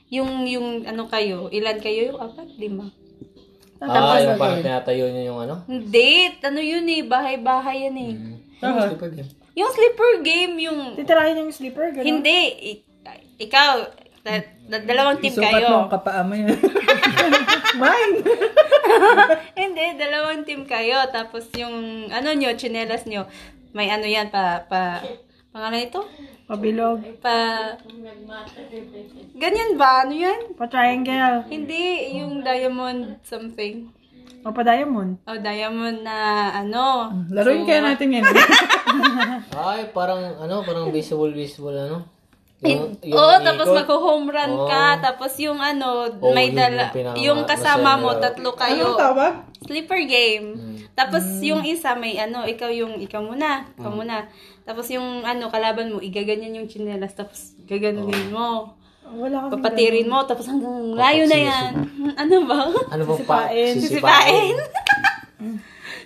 A: Yung, yung ano kayo? Ilan kayo? Yung apat? Lima?
C: Ah, yung parang tinatayo niya yung ano?
A: Hindi. Ano yun eh? Bahay-bahay yan eh.
B: Mm.
D: Saka,
C: Super game.
A: Yung slipper game, yung...
B: Titirahin yung slipper, gano'n.
A: Hindi. I- ikaw, da- da- dalawang team
D: sukat mo
A: kayo.
D: ang kapaa mo yan. Mine!
A: Hindi, dalawang team kayo. Tapos yung, ano nyo, chinelas nyo. May ano yan, pa, pa, pangalan ito?
B: Pabilog.
A: Pa, ganyan ba? Ano yan?
B: Pa-triangle.
A: Hindi, yung diamond something.
B: O pa-diamond.
A: O, diamond na ano.
D: Laruin kaya natin yan.
C: Ay, parang ano, parang baseball, baseball, ano?
A: In-
C: Yung- yung
A: oo, tapos
C: ikot.
A: magho-home run ka.
C: Oo.
A: Tapos yung ano,
C: Oo,
A: may
C: yun
A: dala,
C: yung pinaka-
A: yung kasama mo,
C: masaya. Hmm.
A: tatlo kayo.
D: Anong tawag? Hmm.
A: Slipper game. Tapos yung isa may ano, ikaw yung ikaw muna, ikaw
C: Hmm.
A: muna. Tapos yung ano kalaban mo, igaganyan yung chinelas tapos gaganunin mo.
B: Wala kami.
A: Papatirin mo tapos hanggang layo na yan. Ano ba?
C: Ano bang pa?
B: Sisipain.
A: Sisipain.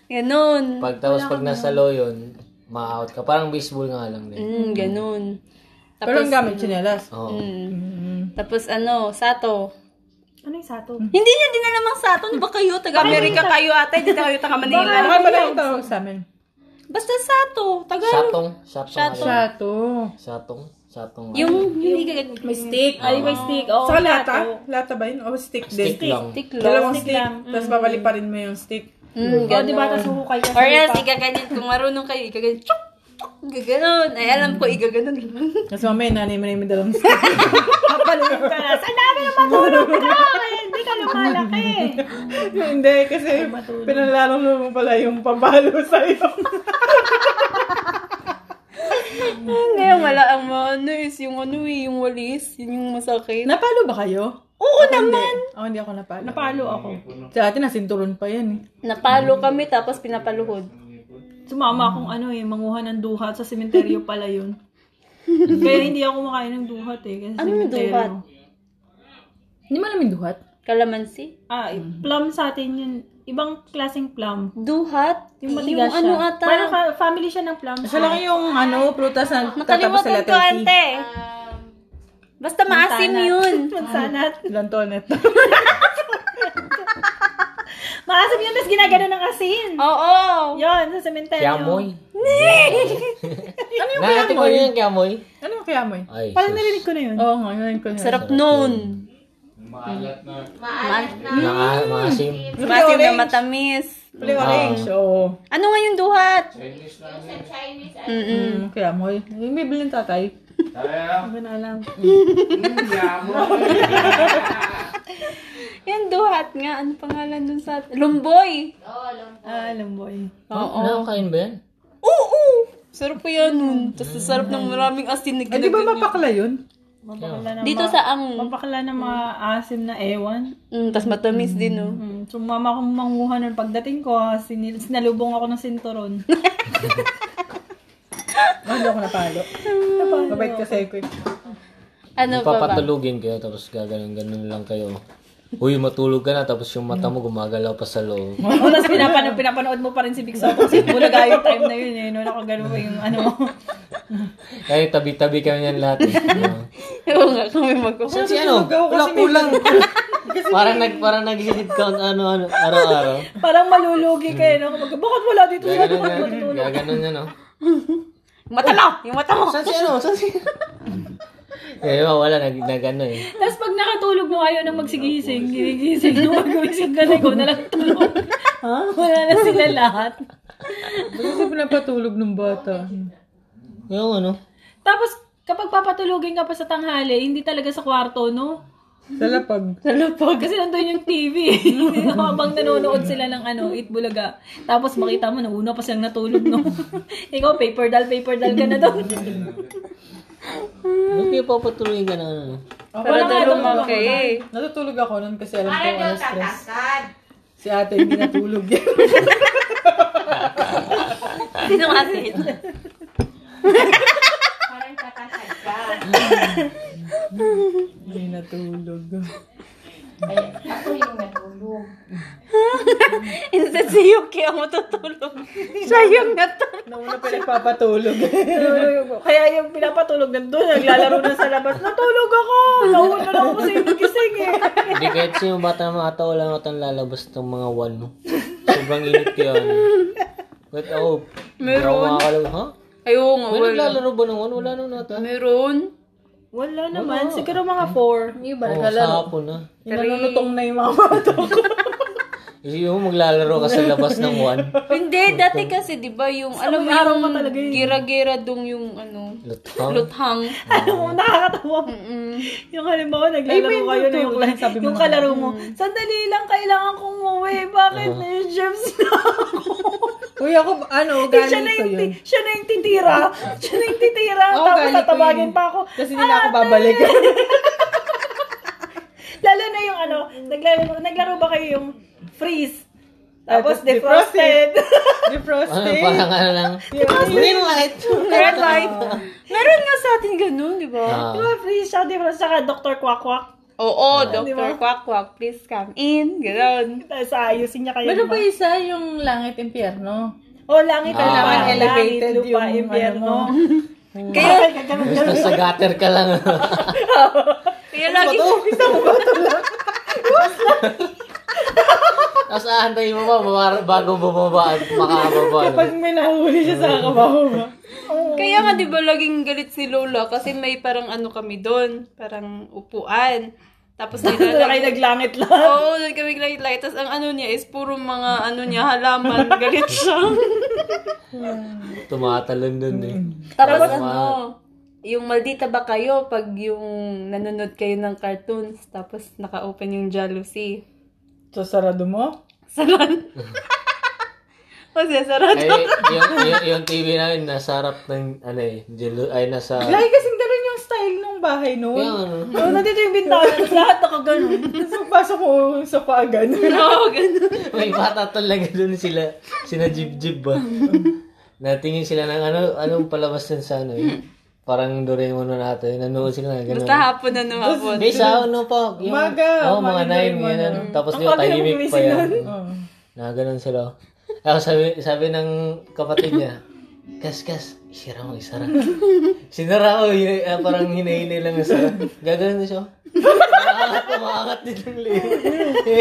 A: ganun. Hmm,
C: Pag tapos pag nasa low yun, ma-out ka. Parang baseball nga lang din.
A: Mm, ganun.
D: Pero ang gamit chinelas.
C: Oo.
A: Mm. Tapos ano, sato. Hmm.
B: Ano yung sato?
A: Hindi niya dinalamang sato. Ano ba kayo? Taga-Amerika kayo ata. Hindi tayo taga-Manila.
D: Ano pala yung tawag sa amin?
A: Basta sato. Tagalog.
C: Satong. Satong.
A: Satong.
C: ano?
D: Sato.
C: Satong. Satong. ano?
A: Yung, yung, yung,
B: May stick.
A: Ah.
C: Ay, may
B: stick. Oo,
D: Sa lata? Lata ba yun? O stick din?
C: Stick lang.
A: tiklo.
D: Dalawang
B: Stick
D: stick.
B: lang. Mm.
D: Tapos babalik pa rin mo yung stick.
A: Mm,
B: Oh, di ba?
A: ganun.
B: Tapos hukay ka sa
A: Or else,
B: lupa.
A: igaganyan. Kung marunong kayo, igaganyan. Chok! Chok! Gaganon. Ay, alam ko, igaganon lang.
D: Tapos mamaya nanay mo na yung dalawang stick.
B: Kapaluin ka na. Sa dami ng matulog ka! Kaya hindi ka lumalaki.
D: Hindi, kasi pinalalaro mo pala yung pambalo sa'yo.
A: Hindi, yung Hmm, wala ang ano is yung ano eh, yung walis. Yun yung masakit.
D: Napalo ba kayo?
A: Oo naman!
D: Ako Oh, hindi ako napalo.
B: Napalo ako.
D: Sa atin, nasinturon pa yan eh.
A: Napalo kami tapos pinapaluhod.
B: Sumama akong ano eh, manguha ng duhat. Sa sementeryo pala yun. Kaya hindi ako kumakain ng duhat eh. Kasi
A: Ano yung
B: sementeryo.
A: duhat?
D: Hindi mo namin duhat.
A: Kalamansi?
B: Ah, plum sa atin yun. Ibang klaseng plum.
A: Duhat?
B: Yung
A: Yung,
B: matigas siya.
A: ano ata?
B: Parang ka- family siya ng plum. Ah.
D: Siya lang yung ano, prutas na tatapos sa
A: Nakalimutan ko,
D: letter T.
A: ante. Basta maasim
B: Mansanat.
A: yun.
B: Mansanat.
D: Lantonet.
B: Maasim yun, tapos ginagano ng asin.
A: Oo.
B: Yun, sa sementeryo.
C: Kiamoy.
D: ano yung
C: Nakati ko
D: kiamoy?
C: yun yung kiamoy.
D: Ano yung kiamoy?
C: Ay,
B: Parang
C: sus.
B: narinig ko na yun.
D: Oo nga, yun ko na.
A: Sarap nun.
E: Maalat na.
F: Maalat na.
C: Naka, maasim.
A: Maasim na matamis.
D: Puli orange, oo.
A: Ano nga yung duhat?
E: Chinese na.
F: Sa Chinese, ano,
A: Mm-mm.
D: Mm, kiamoy. Yung may bilhin tatay.
E: Kaya,
B: Hindi ko na alam.
A: Yung duhat nga. Ano pangalan dun sa... Lumboy.
B: Ah, lamboy.
A: Oo.
C: Nakakain Ah, ba yan?
A: Oo. Sarap po yan nun. Tapos sarap ng maraming asin na
D: Eh, di ba
A: ginagano.
D: mapakla yun?
B: Mapakala na
A: Dito sa ang...
B: Mapakala na mga asim na ewan.
A: Mm, Tapos matamis din, no?
B: Mm, sumama akong manguha nun. Pagdating ko, sinil- sinalubong ako ng sinturon.
D: Ah, Hindi ako napalo. Mabait kasi ko. eh.
A: Ano pa ba?
C: Papatulugin kayo tapos gaganon-ganon lang kayo. Uy, matulog ka na tapos yung mata mo gumagalaw pa sa loob.
B: Oo, tapos pinapanood, pinapanood mo pa rin si Big Sopo. Kasi bulaga yung time na yun. Eh. Noon ako ganun pa yung ano.
C: Kaya tabi-tabi kami yan lahat. Eh. Oo.
A: Oo nga, kami magkukuha.
C: Saan si ano? Wala kulang. parang nag parang nag-hit count ano ano araw-araw.
B: Parang malulugi kayo. No? Kapag, bakit wala dito? Wala dito.
C: Gaganon yan. Gaganon yan oh.
A: Mata mo! Yung mata mo!
C: Saan si ano? Saan si Eh, wala nag nagano eh.
B: Tapos pag nakatulog mo, ayaw nang magsigising. Ginigising mo, gumising ka na, ikaw na lang tulog. Ha? Wala na sila lahat.
D: Kasi pinapatulog ng bata.
C: Yung ano?
B: Tapos, kapag papatulogin ka pa sa tanghali, hindi talaga sa kwarto, no?
D: Sa lapag.
B: Talapag. Kasi nandun yung TV. Habang nanonood sila ng ano, Eat Bulaga. Tapos makita mo, nauna pa silang natulog, no? Ikaw, paper doll, paper doll ka na doon.
C: Bakit kaya papatuloyin ka na ano?
A: Para daw lumaki eh.
D: Natutulog ako nun kasi alam ko
F: Para daw
D: ano stress.
F: tatasad.
D: Si ate hindi natulog yan.
A: Sino ang atin?
F: Parang tatasad ka.
D: hindi natulog.
F: Ay, ako yung natulog.
A: Instead si Yuki ang matutulog. Siya yung natulog.
D: Nauna pa nagpapatulog.
B: Kaya yung pinapatulog nandun, naglalaro na sa labas. Natulog ako! Nauna lang ako sa'yo nagising eh.
C: Hindi kahit sino bata mga tao lang atang lalabas ng mga one. No? Sobrang init kaya. ano. But ako, meron. Ka lang, ha?
A: Ayaw nga,
C: May
A: wala.
C: naglalaro ba ng one? Wala nung nata.
A: Meron.
B: Wala naman, siguro mga four.
D: Yung
C: Oo, sa hapon na.
D: Nanunutong na yung mga bata.
C: Yung maglalaro ka sa labas ng one.
A: Hindi, dati kasi, di ba, yung, alam mo yung gira-gira dong yung, ano,
C: Lutang.
A: luthang.
B: Alam mo, nakakatawa. Yung halimbawa, naglalaro
D: may
B: kayo na yung,
D: tutulog lang, sabi mo
B: yung
D: na- Mm.
B: kalaro mo. Sandali lang, kailangan kong umuwi. Bakit? Eh, James na ako.
D: Uy, ako, ano,
B: Eh, siya,
D: galing
B: na
D: ko
B: yung,
D: yun.
B: ti- siya na yung titira. siya na yung titira.
D: Oo,
B: Tapos
D: galit ko
B: tatawagin
D: yun.
B: pa ako.
D: Kasi hindi na ako babalik.
B: Lalo na yung ano, naglaro, naglaro ba kayo yung freeze? Tapos
D: Tapos
B: defrosted.
C: Ano,
D: Defrosting.
C: parang ano lang. Green light.
A: Red light. Meron nga sa atin ganun, di ba?
C: Ah.
B: Di ba freeze siya, defrosted? Saka Dr. Kwak-Kwak.
A: Oo,
B: Di
A: Dr.
B: ba?
A: Kwak Kwak, please come in. Ganun.
B: Tapos ayusin niya kayo.
D: Meron
B: di
D: ba
B: ba?
D: isa yung langit impyerno?
B: O, langit
C: Ah.
B: ang
D: Kailangan
B: elevated
D: elevated
B: lupa,
D: yung
B: impyerno.
D: ano mo.
A: Kaya,
C: Basta sa gutter ka lang.
A: kaya lagi,
C: Tapos aantayin mo pa baba- bago bumaba at makababa. no?
D: Pag may nahuli siya sa kabaho ba?
A: Kaya nga, di ba, laging galit si Lola kasi may parang ano kami doon, parang upuan. Tapos
D: Kaya
A: nilalagay.
D: naglangit lang.
A: Oo, doon kami light. Tapos ang ano niya is puro mga ano niya, halaman. Galit siya.
C: Tumatalon dun eh.
D: Mm.
A: Tapos ano, yung maldita ba kayo pag yung nanonood kayo ng cartoons tapos naka-open yung jealousy?
D: So, sarado mo?
A: Saran. Kasi saran.
C: Ay, yung, yung, yung TV namin nasa harap ng, ano eh, jelo, ay nasa,
D: Lagi kasing ganun yung style ng bahay noon.
C: Kaya ano.
D: Oo, nandito yung bintana. Lahat ako ganun. Tapos pasok ko sa paagan.
A: Oo, ganun.
C: may bata talaga dun sila, sina Jib Jib ba? Natingin sila ng ano, anong palabas dun sa ano eh. Parang Doraemon na nato, eh. nanood sila ng
A: Basta
C: ganun.
A: hapon na hapon.
C: Hindi, sa ano pa. Yung,
D: Umaga,
C: Oo, mga
D: umaga
C: nine,
D: Doraemon,
C: ganun.
D: ano.
C: Tapos
D: Ang
C: yung
D: aga ng
C: tahimik pa
D: gumising
C: yan.
D: nun.
C: Na ganun sila. oh. Ako sabi, sabi ng kapatid niya, Kas, kas, isira mo, isara. Sinara ko, yun, ah, parang hinahinay lang yung sara. Gagawin na siya. Maangat, maangat din yung liit.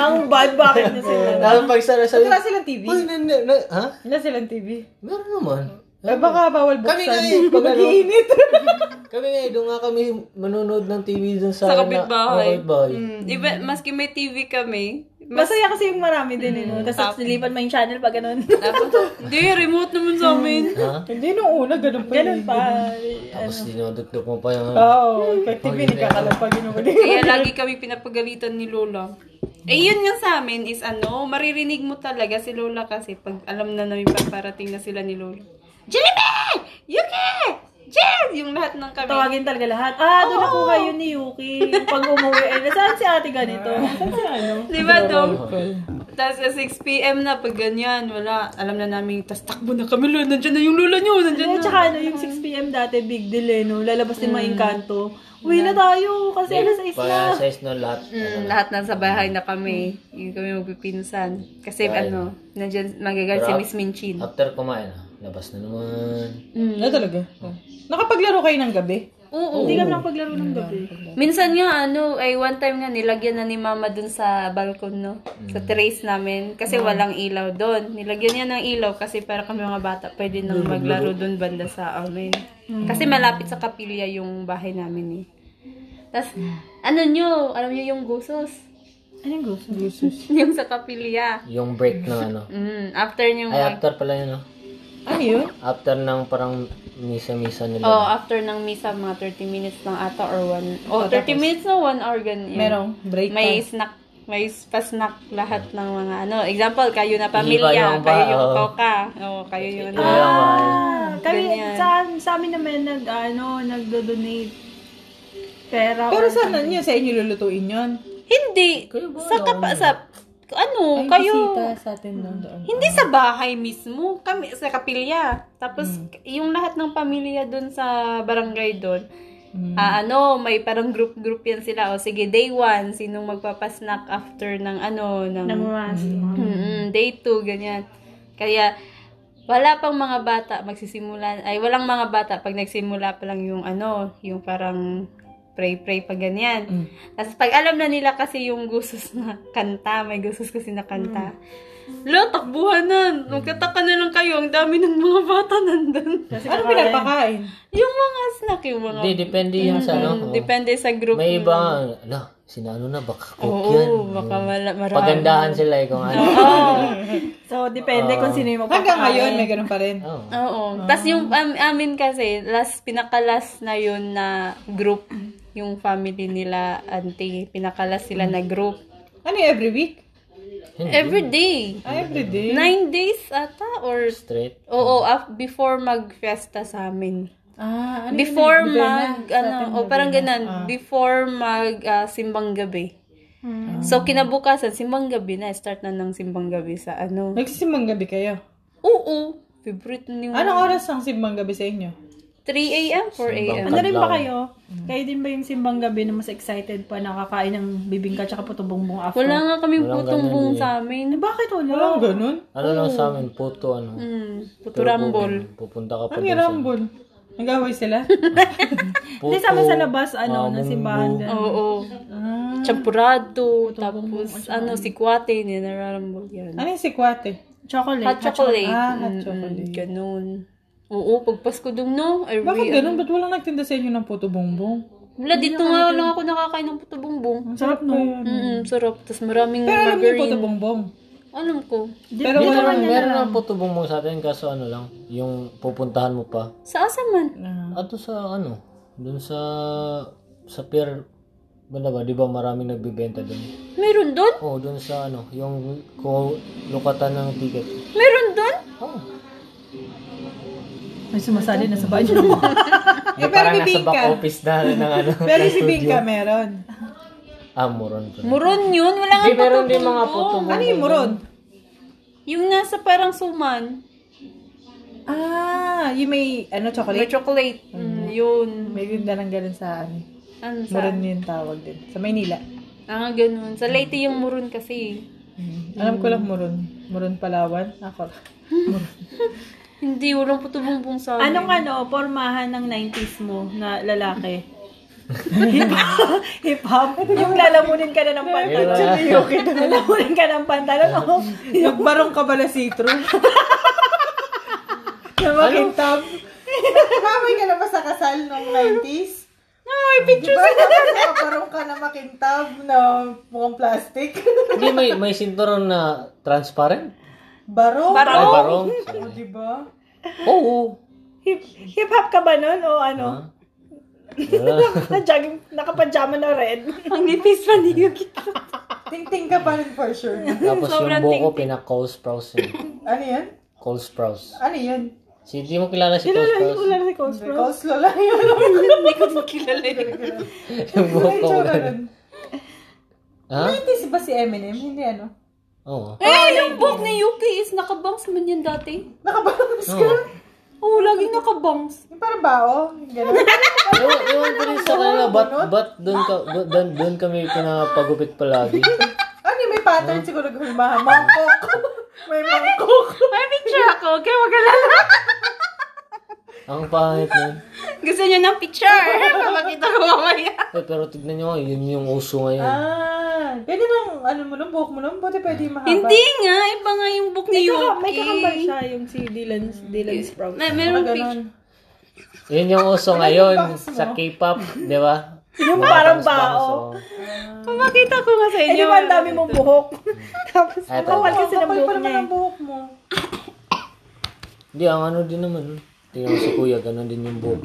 D: Ang bad bakit na sila.
C: Tapos pag sara, sabi,
D: Wala silang TV.
C: Uy, na, na, na, ha?
D: Wala silang TV.
C: Meron naman.
D: Eh, baka bawal buksan.
C: Kami nga eh, pag ano.
D: Mag-iinit.
C: Kami nga, eh, doon nga kami manonood ng TV doon sa...
A: Sa
C: na-
A: kapitbahay.
C: kapitbahay.
A: Mm, iba, maski may TV kami, mas,
D: Masaya kasi yung marami din eh. no?
B: Tapos nilipat mo yung channel pa ganun.
A: tapos, hindi, remote naman sa amin.
C: Ha?
D: Hindi nung una, ganun pa. eh. Ganun pa.
C: Tapos dinodukduk mo pa yung...
D: Oo, oh, pag TV, nagkakalapagin ako din.
A: Kaya lagi kami pinapagalitan ni Lola. Eh, yun nga sa amin is ano, maririnig mo talaga si Lola kasi pag alam na namin paparating na sila ni Lola. Jeremy! Yuki! Jen! Yung lahat ng kami.
D: Tawagin talaga lahat. Ah, doon nakuha yun ni Yuki. Yung Pag umuwi, eh, nasaan si ate ganito? Nasaan si ano?
A: Di ba, Dom? Tapos sa 6pm na, pag ganyan, wala. Alam na namin, tas takbo na kami, Lola. Nandyan na yung Lola nyo, nandyan
D: Hindi,
A: na.
D: tsaka ano, yung 6pm dati, big deal eh, no? Lalabas din mga engkanto. Uwi na tayo, kasi alas 6 na.
C: Para sa isno lahat.
A: Mm, lahat nasa bahay na kami. Yung kami magpipinsan. Kasi ano, nandyan magagal si
C: Pero-
A: Miss Minchin.
C: After kumain, ah, labas na naman.
D: Na talaga? Nakapaglaro kayo ng gabi?
A: Oo.
D: Hindi kami nakapaglaro ng gabi.
A: Minsan nga, ano, ay one time nga nilagyan na ni mama dun sa balkon, no? Sa terrace namin.
D: Mm.
A: Kasi walang ilaw dun. Nilagyan niya ng ilaw kasi para kami mga bata pwede nang maglaro dun banda sa amin.
D: Mm.
A: Kasi malapit sa kapilya yung bahay namin, eh. Tapos, ano nyo, alam nyo yung gusos?
D: Anong gusto? Gusto.
A: yung sa kapilya.
C: Yung break ng ano.
A: Mm, after yung...
C: Ay, after pala yun, ah.
D: Ano yun?
C: After ng parang misa-misa nila.
A: Oh, after ng misa, mga 30 minutes lang ata or 1... Oh, 30 minutes na 1 hour ganyan.
D: Merong break
A: may
D: time.
A: snack may pa-snack lahat ng mga ano. Example, kayo na
C: Iba
A: pamilya,
C: yung ba,
A: kayo yung
C: oh.
A: coca, oh, kayo yung
C: Yun lang, mahal.
D: Ah, kami,
A: Ganyan.
D: sa, sa amin naman, nag, ano, nagdo-donate pera. Pero saan na niya? Sa inyo lulutuin yun?
A: Hindi, sa kapa, sa, ano, kayo,
D: sa atin doon. doon.
A: hindi sa bahay mismo, kami, sa kapilya. Tapos, yung lahat ng pamilya doon sa barangay doon, ah, ano, may parang group-group yan sila. O sige, day one, sinong magpapasnack after ng ano, ng, Mm, day 2, ganyan. Kaya, wala pang mga bata magsisimula, ay walang mga bata pag nagsimula pa lang yung ano, yung parang pray-pray pa ganyan. Tapos pag alam na nila kasi yung gusos na kanta, may gusos kasi na kanta. Lo, takbuhan na. Magkataka na lang kayo. Ang dami ng mga bata nandun.
D: Ano pinapakain?
A: yung mga snack, yung mga...
C: Hindi, depende yan sa
A: Mm,
C: ano.
A: Depende sa group. nila.
C: May iba, ano, sinano na, baka cook
A: Oo,
C: yan.
A: baka mala- marami.
C: Pagandahan sila eh kung ano.
B: So, depende kung sino yung magpapakain.
D: Hanggang ngayon, may ganun pa rin.
C: Oo.
D: Ah.
A: Oo. Tapos yung am- amin kasi, last, pinakalas na yun na group, yung family nila, auntie, pinakalas sila na group.
D: Ano yung every week?
A: Every day.
D: Ah, every day.
A: Nine days ata or...
C: Straight.
A: Oo, af- before magfiesta sa amin.
D: Ah, ano
A: Before mag, ano, o parang ganun,
D: Ah.
A: before mag ah, simbang gabi.
D: Hmm.
A: So, kinabukasan, simbang gabi na, start na ng simbang gabi sa ano.
D: Nagsisimang gabi kayo.
A: Oo, favorite ni
D: Anong oras ang simbang gabi sa inyo?
A: 3 a.m., 4 a.m.
C: Ano rin ba
D: Kayo? Kayo din ba yung simbang gabi na mas excited pa nakakain ng bibingka tsaka puto bongbong after?
A: Wala nga kaming
C: Walang
A: putong
C: ganun
A: buong
C: eh.
A: sa amin.
D: Bakit wala? Wala ganun.
C: Ano lang sa amin, puto, ano.
A: Mm, puturambol.
C: Pupunta ka pa
D: Ano
C: dun
D: yung
C: sa-
D: rambol? Nag-away sila?
B: Hindi,
C: Puto,
B: sabi sa labas, ano, ng
C: mamunggo.
B: simbahan. ganun.
A: Oo. Champurado, tapos ano, sikwate, ninararambol yan.
D: Ano yung sikwate?
B: Chocolate.
A: Hot chocolate.
D: Ah,
A: Mm,
D: hot chocolate.
A: mm, Ganun. Oo, pag Pasko dun, no? Ay,
D: Bakit
A: real.
D: ganun? Ba't walang nagtinda sa inyo ng puto bongbong?
A: Wala, dito nga lang ako nakakain ng puto bumbong.
D: Ang sarap no.
A: Mm, sarap. Tapos maraming
D: Pero alam niyo yung puto
A: margarine.
D: bongbong.
A: Alam ko.
D: Pero
C: Dito
D: wala.
C: naman, meron lang po tubong mo sa atin, kaso ano lang, yung pupuntahan mo pa.
A: Sa asa man.
D: Ah.
C: Ato sa ano, dun sa, sa pier, wala ba, di ba maraming nagbibenta dun?
A: Meron doon?
C: Oo, oh, dun sa ano, yung ko, lukatan ng ticket.
A: Meron doon?
C: Oh.
B: May sumasali na sa banyo mo.
C: Eh, parang nasa back office na rin ng ano.
D: Pero si Bingka meron.
C: Ah, moron pa.
A: Muron yun. Wala nga
C: Di, meron din
A: patubong.
C: mga puto mo.
D: Ano yung murod?
A: Yung nasa parang suman.
D: Ah, yung may ano
A: May
D: chocolate?
A: chocolate. Mm, yun.
D: May tinda ng ganun sa ano.
A: Ano sa?
D: Murod yung tawag din. Sa Maynila.
A: Ah, ganun. Sa Leyte yung muron kasi.
D: Alam ko lang muron. Muron Palawan. Mm. Ako lang.
A: Hindi, walang putubumbong sa amin.
B: Anong ano, pormahan ng 90s mo na lalaki? Hip-hop? Yung lalamunin ka na ng pantalon. lalamunin ka ng pantalon. Oh.
D: Magbarong ka bala citron. na makintab. Kamay ka na ba sa kasal noong 90s? No, may picture sa Nakaparong ka na makintab na mukhang plastic.
C: Hindi, may, may sinturon na transparent.
D: Barong.
C: Ay, barong.
D: O, diba?
C: Oo.
B: Hip- Hip-hop ka ba nun? O ano?
C: Wala.
B: Nag-jogging, nakapajama na red.
A: Ang nipis pa niyo.
D: Ting-ting ka pa rin for sure.
C: Tapos
A: Sobrang
C: yung buko, pinaka-Cole Sprouse yun.
D: Ano yan?
C: Cole Sprouse.
D: Ano yan?
C: Si, di mo kilala si Cole Sprouse?
B: Wala si Cosmo.
D: Because lola yun.
A: Hindi ko din kilala yun.
C: Yung
D: Ano yung
C: buko.
D: tsura nun?
C: Ha?
D: 90s ba si Eminem? Hindi ano?
C: Oo.
A: Eh, yung book ni Yuki is nakabangs man yan dati.
D: Nakabarong ka.
C: Oo.
A: Oo, laging nakabangs.
D: Yung parang bao. Ganun.
C: Ewan ewan ko rin sa kanila, ba't, ba't doon ka, doon, doon kami pinapagupit palagi?
D: Ano yung may pattern siguro gulmahan? Mangkok. May mangkok.
A: May picture ako, kaya wag alala.
C: Ang pangit nun.
A: Gusto niya ng picture. Papakita ko mamaya.
C: Eh, pero tignan nyo, yun yung uso ngayon.
D: Ah, pwede nung, ano mo nung, buhok mo nung, buti pwede yung mahaba.
A: Hindi nga, iba nga yung book ni Yuki.
B: May kakambal siya yung si Dylan, Dylan Sprout.
A: May meron
D: Ganon.
A: picture.
C: Yun yung uso ngayon sa K-pop, di ba? Yung
B: parang
C: bao.
A: Papakita ko nga sa
B: Eh, di
A: inyo.
B: ba ang dami mong buhok? Tapos,
C: Eto.
B: nakawal kasi ng
D: Kapal
B: buhok
D: pa naman
B: niya. eh.
D: ang buhok mo.
C: Hindi, ang ano din naman. Tingnan mo si kuya, ganun din yung buhok.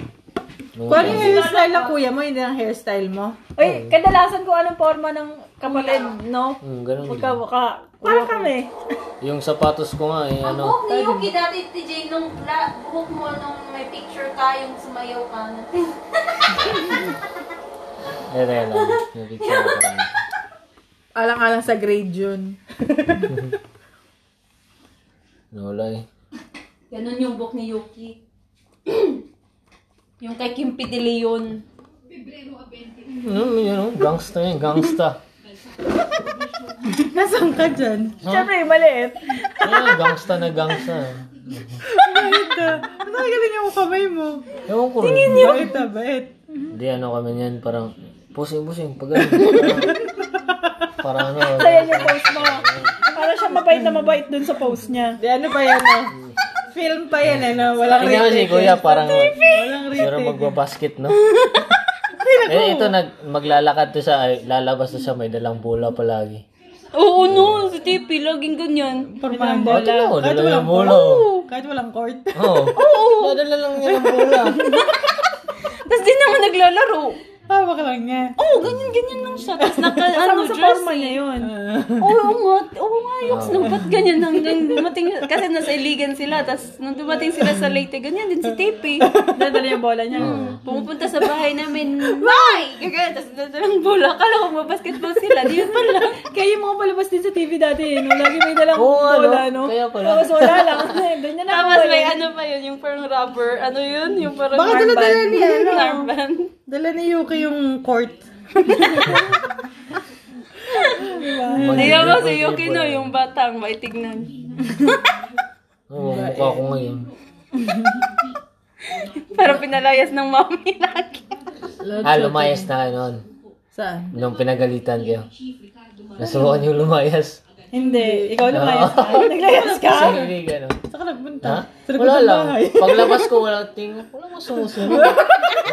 C: Nung
D: Kung ano yung hairstyle ng kuya mo, hindi ang hairstyle mo.
B: Uy, kadalasan ko anong forma ng kapatid, no?
C: Mm, ganun din.
B: Ka,
D: Ano
B: ka, parang kami.
C: Yung sapatos ko nga, eh, ano.
F: Ni Yuki dati, TJ, nung la, book mo nung may picture tayong sumayaw ka na.
C: Eh, teka lang. Yung picture ko lang.
D: Alang-alang sa grade yun.
C: Nawala eh.
A: Ganun yung book ni Yuki. yung kay Kim P. De Leon.
C: Ano, yun, ano, gangsta yun, gangsta.
D: Nasaan ka dyan?
B: Siyempre, maliit.
C: Ah, gangsta na gangsta. eh.
D: Ano galing yung kamay mo?
C: Ewan ko rin. Hindi,
D: Bait na bait.
C: ano kami niyan, parang, pusing, pusing, pag ano. Parang, parang ano. Ayan yung post mo.
B: Parang siya mabait na mabait dun sa post niya.
D: Di ano pa yan ah? Film pa yan eh, no? Walang
C: Tingnan mo si
D: retake.
C: kuya, parang,
D: Walang
C: pero
D: retake.
C: magbabasket, no? eh, ito, nag, maglalakad to sa, ay, lalabas to siya, may dalang bola palagi.
A: Oo, no. Sa TV, laging ganyan.
D: Pormahan
C: Bola. Ito lang,
D: Kahit
C: dala
D: walang Oh,
C: ng bola. Oo.
D: Kahit walang court. Oh.
C: Oo. Oo. Dadala Oh. lang niya ng bola.
A: Tapos di naman naglalaro.
D: Hawak Ah, lang niya.
A: Oo, oh, ganyan-ganyan lang siya. Tapos naka, ano, jersey.
B: Niya yun.
A: Oo nga, oo nga, Yoks. Nung ba't ganyan hanggang dumating, kasi nasa Iligan sila, tapos nung dumating sila sa Leyte, ganyan din si Tepi.
B: Dadala yung bola niya.
A: Pumupunta sa bahay namin, Nay! Ganyan, tapos natalang bola. Kala ko mabasketball sila, di yun pala.
B: Kaya yung mga palabas din sa TV dati, eh, no? lagi may dalang
C: Oo, ano?
B: bola, no?
C: Kaya pala.
B: Tapos wala lang. Doon niya na
A: Tapos may ano pa yun, yung parang rubber, ano yun, yung parang
D: Baka dala-dala niya, ano?
A: Armband.
D: Dala ni Yuki yung court.
A: Ayaw mo si Yuki, no, yung batang, maitignan.
C: Oo, mukha ko ngayon.
A: Parang pinalayas ng mami lagi.
C: Ah, lumayas na kayo noon.
D: Saan?
C: Nung pinagalitan kayo. Nasubukan yung lumayas.
D: Hindi. Ah. Ikaw
C: lumayas
D: ka. Naglayas
C: Sa hilig, ano?
D: Saan ka nagpunta?
C: Ha?
D: Sa likod
C: Wala
D: ng
C: lang.
D: bahay.
C: Paglabas ko, wala tingin. Wala mo sumusunod.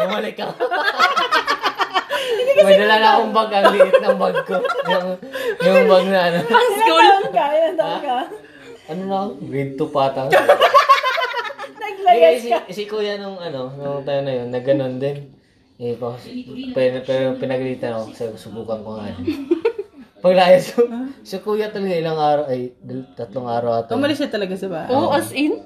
C: Bumalik ka. May dala na akong bag. Ang liit ng bag ko. Yung, yung bag na ano.
A: School.
D: Saan ka? Ilan taon ka?
C: Ano na ako? Grade 2 pa ata.
D: Naglayas
C: Eh, si, si kuya nung ano, nung tayo na yun, na ganun din. Eh, pa, pero, pero pinagalitan ako, sabi ko, subukan ko nga. Paglayas ko, si kuya talaga ilang araw, ay, dal- tatlong araw ata.
D: Umalis siya talaga sa bahay.
A: Oo, as in.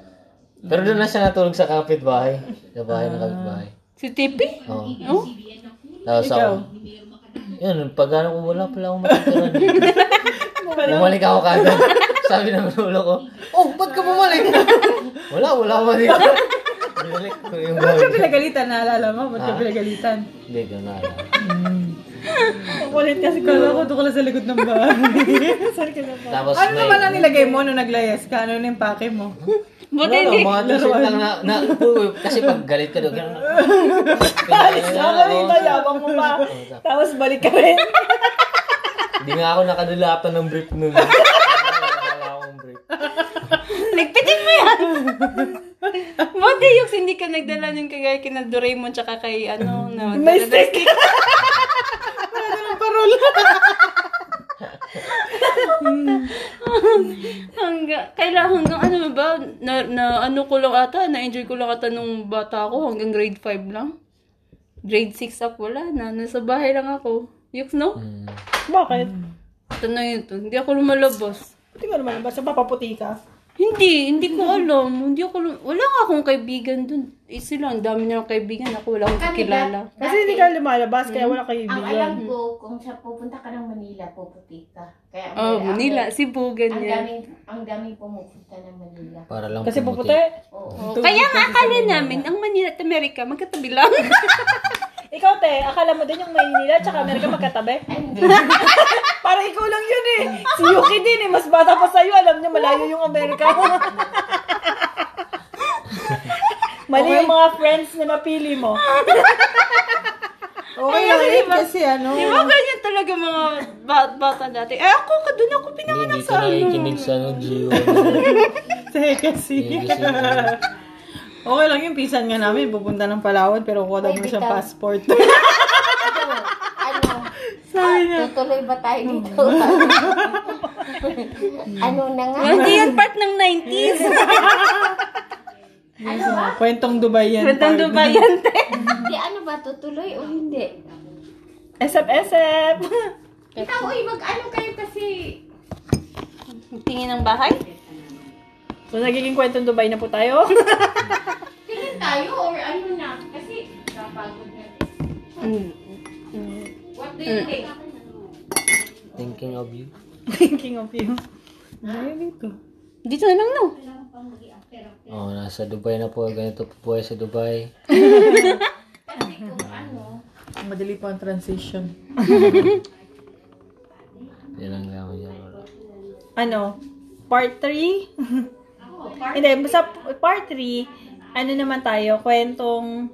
C: Pero doon na siya natulog sa kapitbahay. Sa bahay na kapitbahay.
A: Ah. Si Tipi.
C: Oo.
A: Oh.
C: Tapos ako, yun, pag ano ko, wala pala akong matitira dito. Bumalik ako kagad. Sabi ng lolo ko, oh, ba't ka bumalik? wala, wala ako dito. Binalik ko yung
D: Ba't ka
C: bag.
D: pinagalitan? Naalala mo? Ba't ka
C: Ah.
D: pinagalitan?
C: Hindi ko na alam.
D: Ang kulit kasi kala ko doon ka lang sa likod ng bahay. Saan ka na ba?
C: Tapos
D: Ano
C: may...
D: naman ang nilagay mo nung naglayas ka? Ano na yung pake mo?
A: Buti
C: Wala
A: hindi.
C: lang, ano, mga t-shirt lang na, na uy, kasi pag galit ka daw, gano'n. Alis
D: yabang mo pa. Tapos balik ka rin.
C: Hindi nga ako nakadulatan ng brief nun. Wala akong brief.
A: Ligpitin mo yan. Buti yung hindi ka nagdala yung kagaya kina Doraemon tsaka kay ano. No,
D: May stick. Ano ng parol?
A: Hanggang, kaila hanggang ano ba, na, na ano ko lang ata, na-enjoy ko lang ata nung bata ako, hanggang grade 5 lang. Grade 6 up, wala na, nasa bahay lang ako. Yuks, no?
D: Bakit?
A: Ito na yun, to. hindi ako lumalabas.
D: Hindi ko naman ba? Sa papaputi ka?
A: Hindi, hindi ko alam. Hindi ako, lum- wala nga akong kaibigan dun. Eh, sila, ang dami nilang kaibigan. Ako wala akong kakilala.
D: Kasi hindi ka lumalabas, kaya wala kayo
F: Ang alam ko, kung siya pupunta ka ng Manila, puputi ka. Kaya ang
A: Oh,
F: dami-
A: Manila, Cebu,
F: Ang
A: ganyan.
F: daming, ang daming pumupunta ng Manila.
C: Para lang
D: Kasi
C: pumuti.
D: puputi.
F: Oo.
A: Oh, kaya nga akala namin, ang Manila at Amerika, magkatabi lang.
D: Ikaw, te, akala mo din yung Maynila tsaka Amerika magkatabi?
F: Ay, hindi.
D: Para ikaw lang yun eh. Si Yuki din eh, mas bata pa sa'yo. Alam niya, malayo yung Amerika. Mali yung mga friends na napili mo. okay, okay. Kasi ano,
A: Di ba ganyan talaga mga ba- bata dati? Eh, ako, doon ako
C: Hindi,
A: pinanganak
C: hindi ka
A: sa ano.
C: nakikinig sa ano, Gio.
D: kasi.
C: Hindi kasi, ano,
D: Okay lang yung pisan nga namin, pupunta ng Palawan, pero kuha daw mo
F: Wait,
D: siyang
F: ikaw.
D: passport.
F: Ano? Ano?
D: Sabi niya, "Hmm."
F: Tutuloy ba tayo dito? ano na nga?
A: Hindi yan part ng 90s.
F: Ano ba?
D: kwentong Dubai yan.
A: Gandang Dubai yan, te.
F: Di ano ba? Tutuloy o hindi?
D: SF-SF!
F: Ikaw, uy, mag-ano kayo kasi...
A: Tingin ng bahay?
D: So, nagiging kwentong Dubai na po tayo.
F: Tingin tayo or ano na? Kasi napagod na. What do you think?
C: Thinking of you.
D: Thinking of you. Ay, dito.
A: Dito na lang, no?
C: Oh, nasa Dubai na po. Ganito po buhay sa Dubai.
F: Kasi kung ano...
D: Madali pa ang transition.
C: Yan ang gawin niya. Lolo.
D: ano, part 3? Hindi, sa part 3, ano naman tayo, kwentong,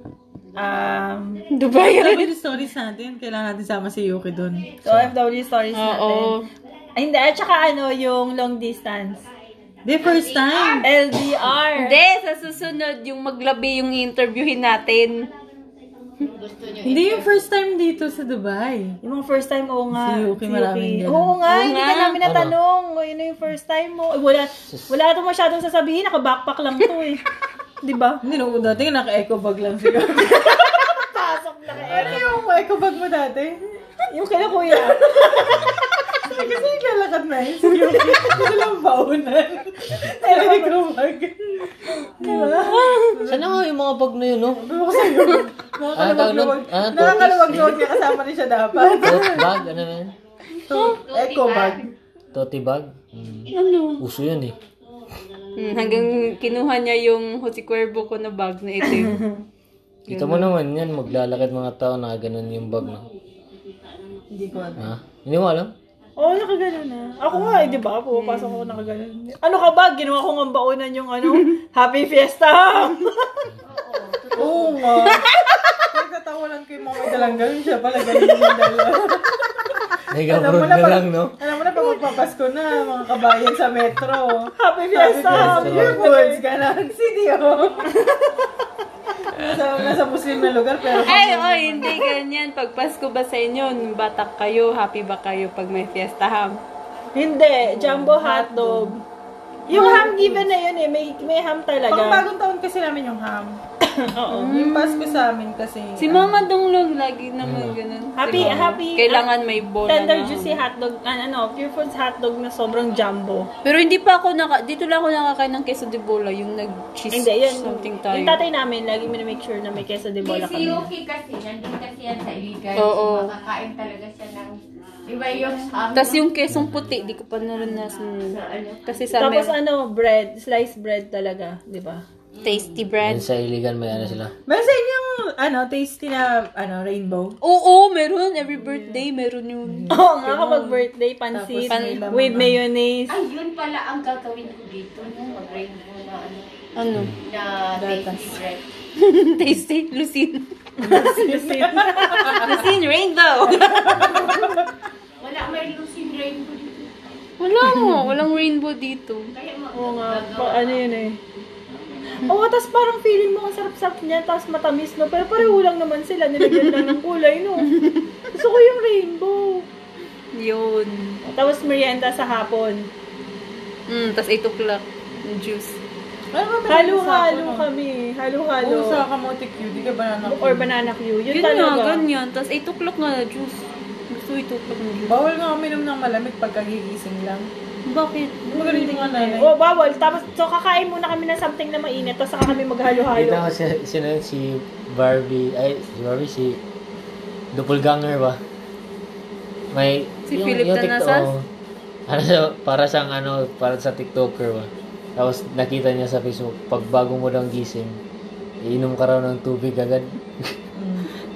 D: um,
A: Dubai yan.
D: OFW stories natin. Kailangan natin sama si Yuki dun. So, OFW stories natin.
A: Oo.
D: Ay, hindi, at saka ano, yung long distance. The first time. LDR.
A: Hindi, sa susunod, yung maglabi yung interviewin natin.
D: Hindi yung first time dito sa Dubai. Yung mga first time, oo nga. Si Yuki, maraming ganun. Oo nga, hindi ka namin natanong. Oh, Yun na yung first time mo. Ay, wala, wala ito masyadong sasabihin. Naka-backpack lang to eh. Di ba? Hindi, no, dati naka-eco bag lang siya. Pasok na Ano yung eco bag mo dati? Yung kila kuya. Kasi yung lalakad na yun. Si Yuki. Kasi lang baunan. Pero eco bag.
C: Sana nga yung mga bag na yun, no?
D: Ah,
C: Ano tawag nun? Ano,
D: Nakakaluwag-luwag niya kasama rin siya dapat.
C: Tote bag? Ano na yun?
D: Eco bag.
C: Tote bag? Mm.
A: Ano?
C: Uso yun eh.
A: Hmm, hanggang kinuha niya yung Jose Cuervo ko na bag na itim.
C: Kita mo naman yan, maglalakad mga tao na ganun yung bag na.
D: Hindi ko alam.
C: Ha? Hindi mo alam?
D: Oo, oh, nakagano'n na. Ako nga, eh, di ba? Pumapasok ako nakagano'n. Ano ka ba? Ginawa ko ng baunan yung ano, Happy Fiesta!
F: Oo,
D: Oo nga. Nagkatawa lang kay mama dalang gawin siya pala ganyan yung dalawa.
C: Nag-abroad na lang, no?
D: Alam mo na pag magpapasko na, mga kabayan sa metro. Happy
C: Fiesta, happy
D: Goods, ganun. Sinyo. nasa, nasa Muslim na lugar, pero
A: Ay, oh, hindi ganyan. Pag Pasko ba sa inyo, nung batak kayo, happy ba kayo pag may fiesta ham?
B: Hindi, jumbo hotdog. Yung ham given na yun eh, may, may ham
D: pang
B: talaga.
D: bagong taon kasi namin yung ham. Oo. Yung Pasko sa amin kasi.
A: Si Mama Donglong lagi naman ganun.
B: Mm. Happy,
A: Si Mama.
B: happy.
A: Kailangan may bola
B: Tender
A: na.
B: juicy hotdog, an- ano, Pure Foods hotdog na sobrang jumbo.
A: Pero hindi pa ako naka... Dito lang ako nakakain ng queso de bola. Yung nag-cheese
B: Hindi, yun.
A: something tayo.
B: Yung tatay namin, lagi mo make sure na may queso de bola
F: Si
B: kami.
F: Yuki kasi, nandun kasi yan sa Iligan.
A: Oo.
F: So, makakain talaga siya ng... Di ba yung... Um,
A: Tapos yung kesong puti, di ko pa naranasan.
F: Ano?
A: Kasi sa
B: Tapos
A: amin,
B: ano, bread, sliced bread talaga, di ba?
A: tasty
C: Yan
A: bread.
C: sa iligan may ano sila.
D: Meron sa inyong, ano, tasty na, ano, rainbow.
A: Oo, meron. Every birthday, meron yun.
B: Oo oh, nga, kapag birthday, pansit
A: Tapos may
B: with mayonnaise.
F: Ay, yun pala ang gagawin ko dito. No? Mag-rainbow na ano.
A: Ano?
F: Na tasty bread.
A: tasty. Lucine. Lucine. Lucine rainbow.
F: Wala, may lucid rainbow dito.
A: Wala mo. Walang rainbow dito.
F: Kaya
B: Oo nga,
F: magagawa.
B: pa, ano yun eh. Oo, tapos parang feeling mo ang sarap-sarap niya, tapos matamis, no? Pero pareho lang naman sila, nilagyan lang ng kulay, no? Gusto ko yung rainbow.
A: Yun.
B: Tapos merienda sa hapon.
A: Mm, tas 8 o'clock. yung Juice.
D: Ano ba
B: Halo-halo kami, halo-halo.
D: Oo, sa kamote Q, di ka banana Q.
B: Or banana Q. Yun,
A: Yun
B: talaga.
A: nga, ganyan. Tas 8 o'clock nga na juice. Gusto 8 o'clock na juice.
D: Bawal nga uminom ng malamig pagkagigising lang.
A: Bakit?
D: Magaling din nga nanay.
B: Oo, bawal. Tapos, so kakain muna kami ng something na mainit, tapos saka kami
C: Kita ko
B: maghalo-halo.
C: si, sino yun, si Barbie, ay, si Barbie, si Doppelganger ba? May,
A: Si Philip Tanasas?
C: oo. ano siya, para siyang ano, para sa TikToker ba? Tapos nakita niya sa Facebook, pag bago mo lang gising, iinom ka raw ng tubig agad.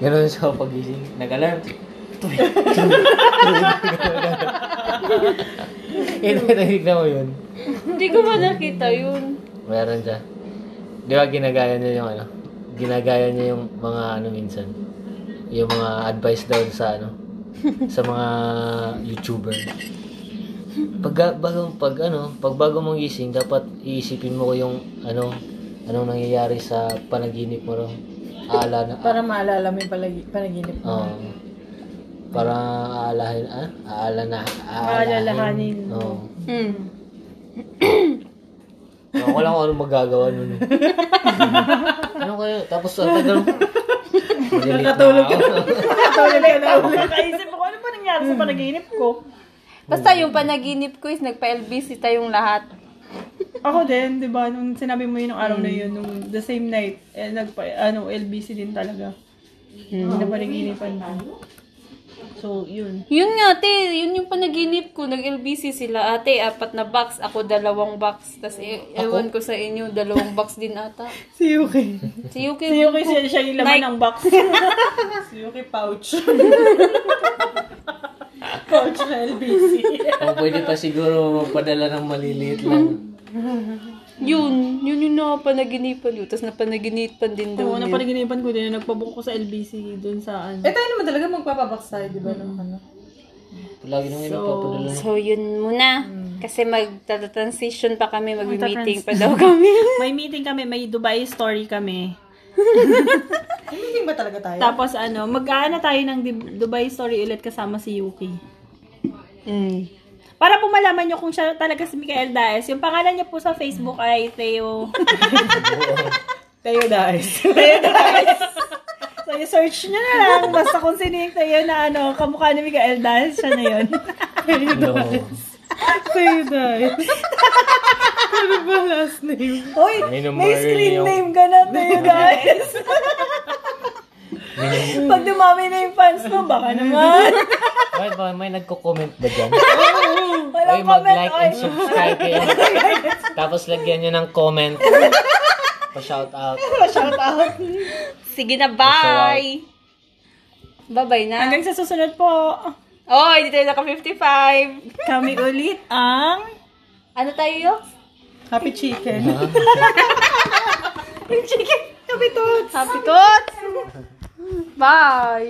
C: Ganun siya pag gising, nag-alarm. Tubig, tubig, tubig. Ito, nakikita mo yun.
A: Hindi ko ba nakita yun?
C: Meron siya. Di ba ginagaya niya yung ano? Ginagaya niya yung mga ano minsan. Yung mga advice daw sa ano. sa mga YouTuber. Pag bago pag ano, pag bago mong gising, dapat iisipin mo yung ano, anong nangyayari sa panaginip mo raw. Aala na.
D: Para maalala mo yung palagi, panaginip mo.
C: Oo. Um, para aalahin, ah? Aala na.
B: Aalalahanin
C: Aalalahanin.
B: mo.
C: Oo.
A: Hmm.
C: Ewan ko lang kung ano magagawa nun. eh. ano kayo? Tapos ang tagal mo. Nakatulog ka.
D: Tulog ka na ulit.
B: Nakaisip ako, ano ba nangyari sa panaginip ko?
A: Basta yung panaginip ko is nagpa-LBC tayong lahat.
B: Ako din, di ba, nung sinabi mo yun nung araw
D: Mm.
B: na yun, nung the same night, eh, nagpa, ano, LBC din talaga.
D: Mm.
B: Hmm. Na panaginipan ko. So, yun.
A: Yun nga, te. Yun yung panaginip ko. Nag-LBC sila. Ate, apat na box. Ako, dalawang box. Tapos, e- ewan ko sa inyo, dalawang box din ata.
B: Si Yuki.
A: Si Yuki.
B: Si Yuki, siya, siya yung laman
A: Mike.
B: ng box.
D: Yuki pouch. pouch na LBC.
C: O Oh, pwede pa siguro magpadala ng maliliit
B: Hmm.
C: lang.
A: Yun. Yun yung napanaginipan yun. Tapos, napanaginipan din daw
B: Oo,
A: yun.
B: napanaginipan ko din, nagpabuk ko eh. sa LBC dun sa ano.
D: Eh tayo naman talaga magpapabox tayo, di ba? Nung ano?
C: Lagi naman yung nagpapadala. ng-
A: So, yun muna. Kasi magta-transition pa kami. Mag-meeting pa daw kami.
B: May meeting kami, may Dubai story kami.
D: Meeting ba talaga tayo?
B: Tapos ano, mag-aana tayo ng Dub- Dubai story ulit kasama si Yuki.
A: mm.
B: Para po malaman nyo kung siya talaga si Mikael Daes, yung pangalan niya po sa Facebook ay Theo.
D: Tayo guys.
B: so, yung search nyo na lang. Basta kung sino yung Theo na ano, kamukha ni Mikael Daes, siya na yun.
C: No.
D: Tayo guys. ano ba last name?
B: Uy,
C: Minum
B: may
C: mo
B: screen
C: yung-
B: name ka na, Theo Daes. Pag dumami na yung fans mo, baka naman.
C: Bakit ba may nagko-comment ba dyan?
B: Walang
C: Uy,
B: comment,
C: mag-like
B: oy.
C: and subscribe kayo. Tapos lagyan nyo ng comment. Pa-shout out.
B: Shout out.
A: Sige na, bye! Bye-bye na.
B: Hanggang sa susunod po,
A: Oh, hindi tayo naka-55.
B: kami ulit ang...
A: Ano tayo, Yox?
D: Happy chicken.
A: Yung chicken. Happy Tots! Happy Tots! Bye!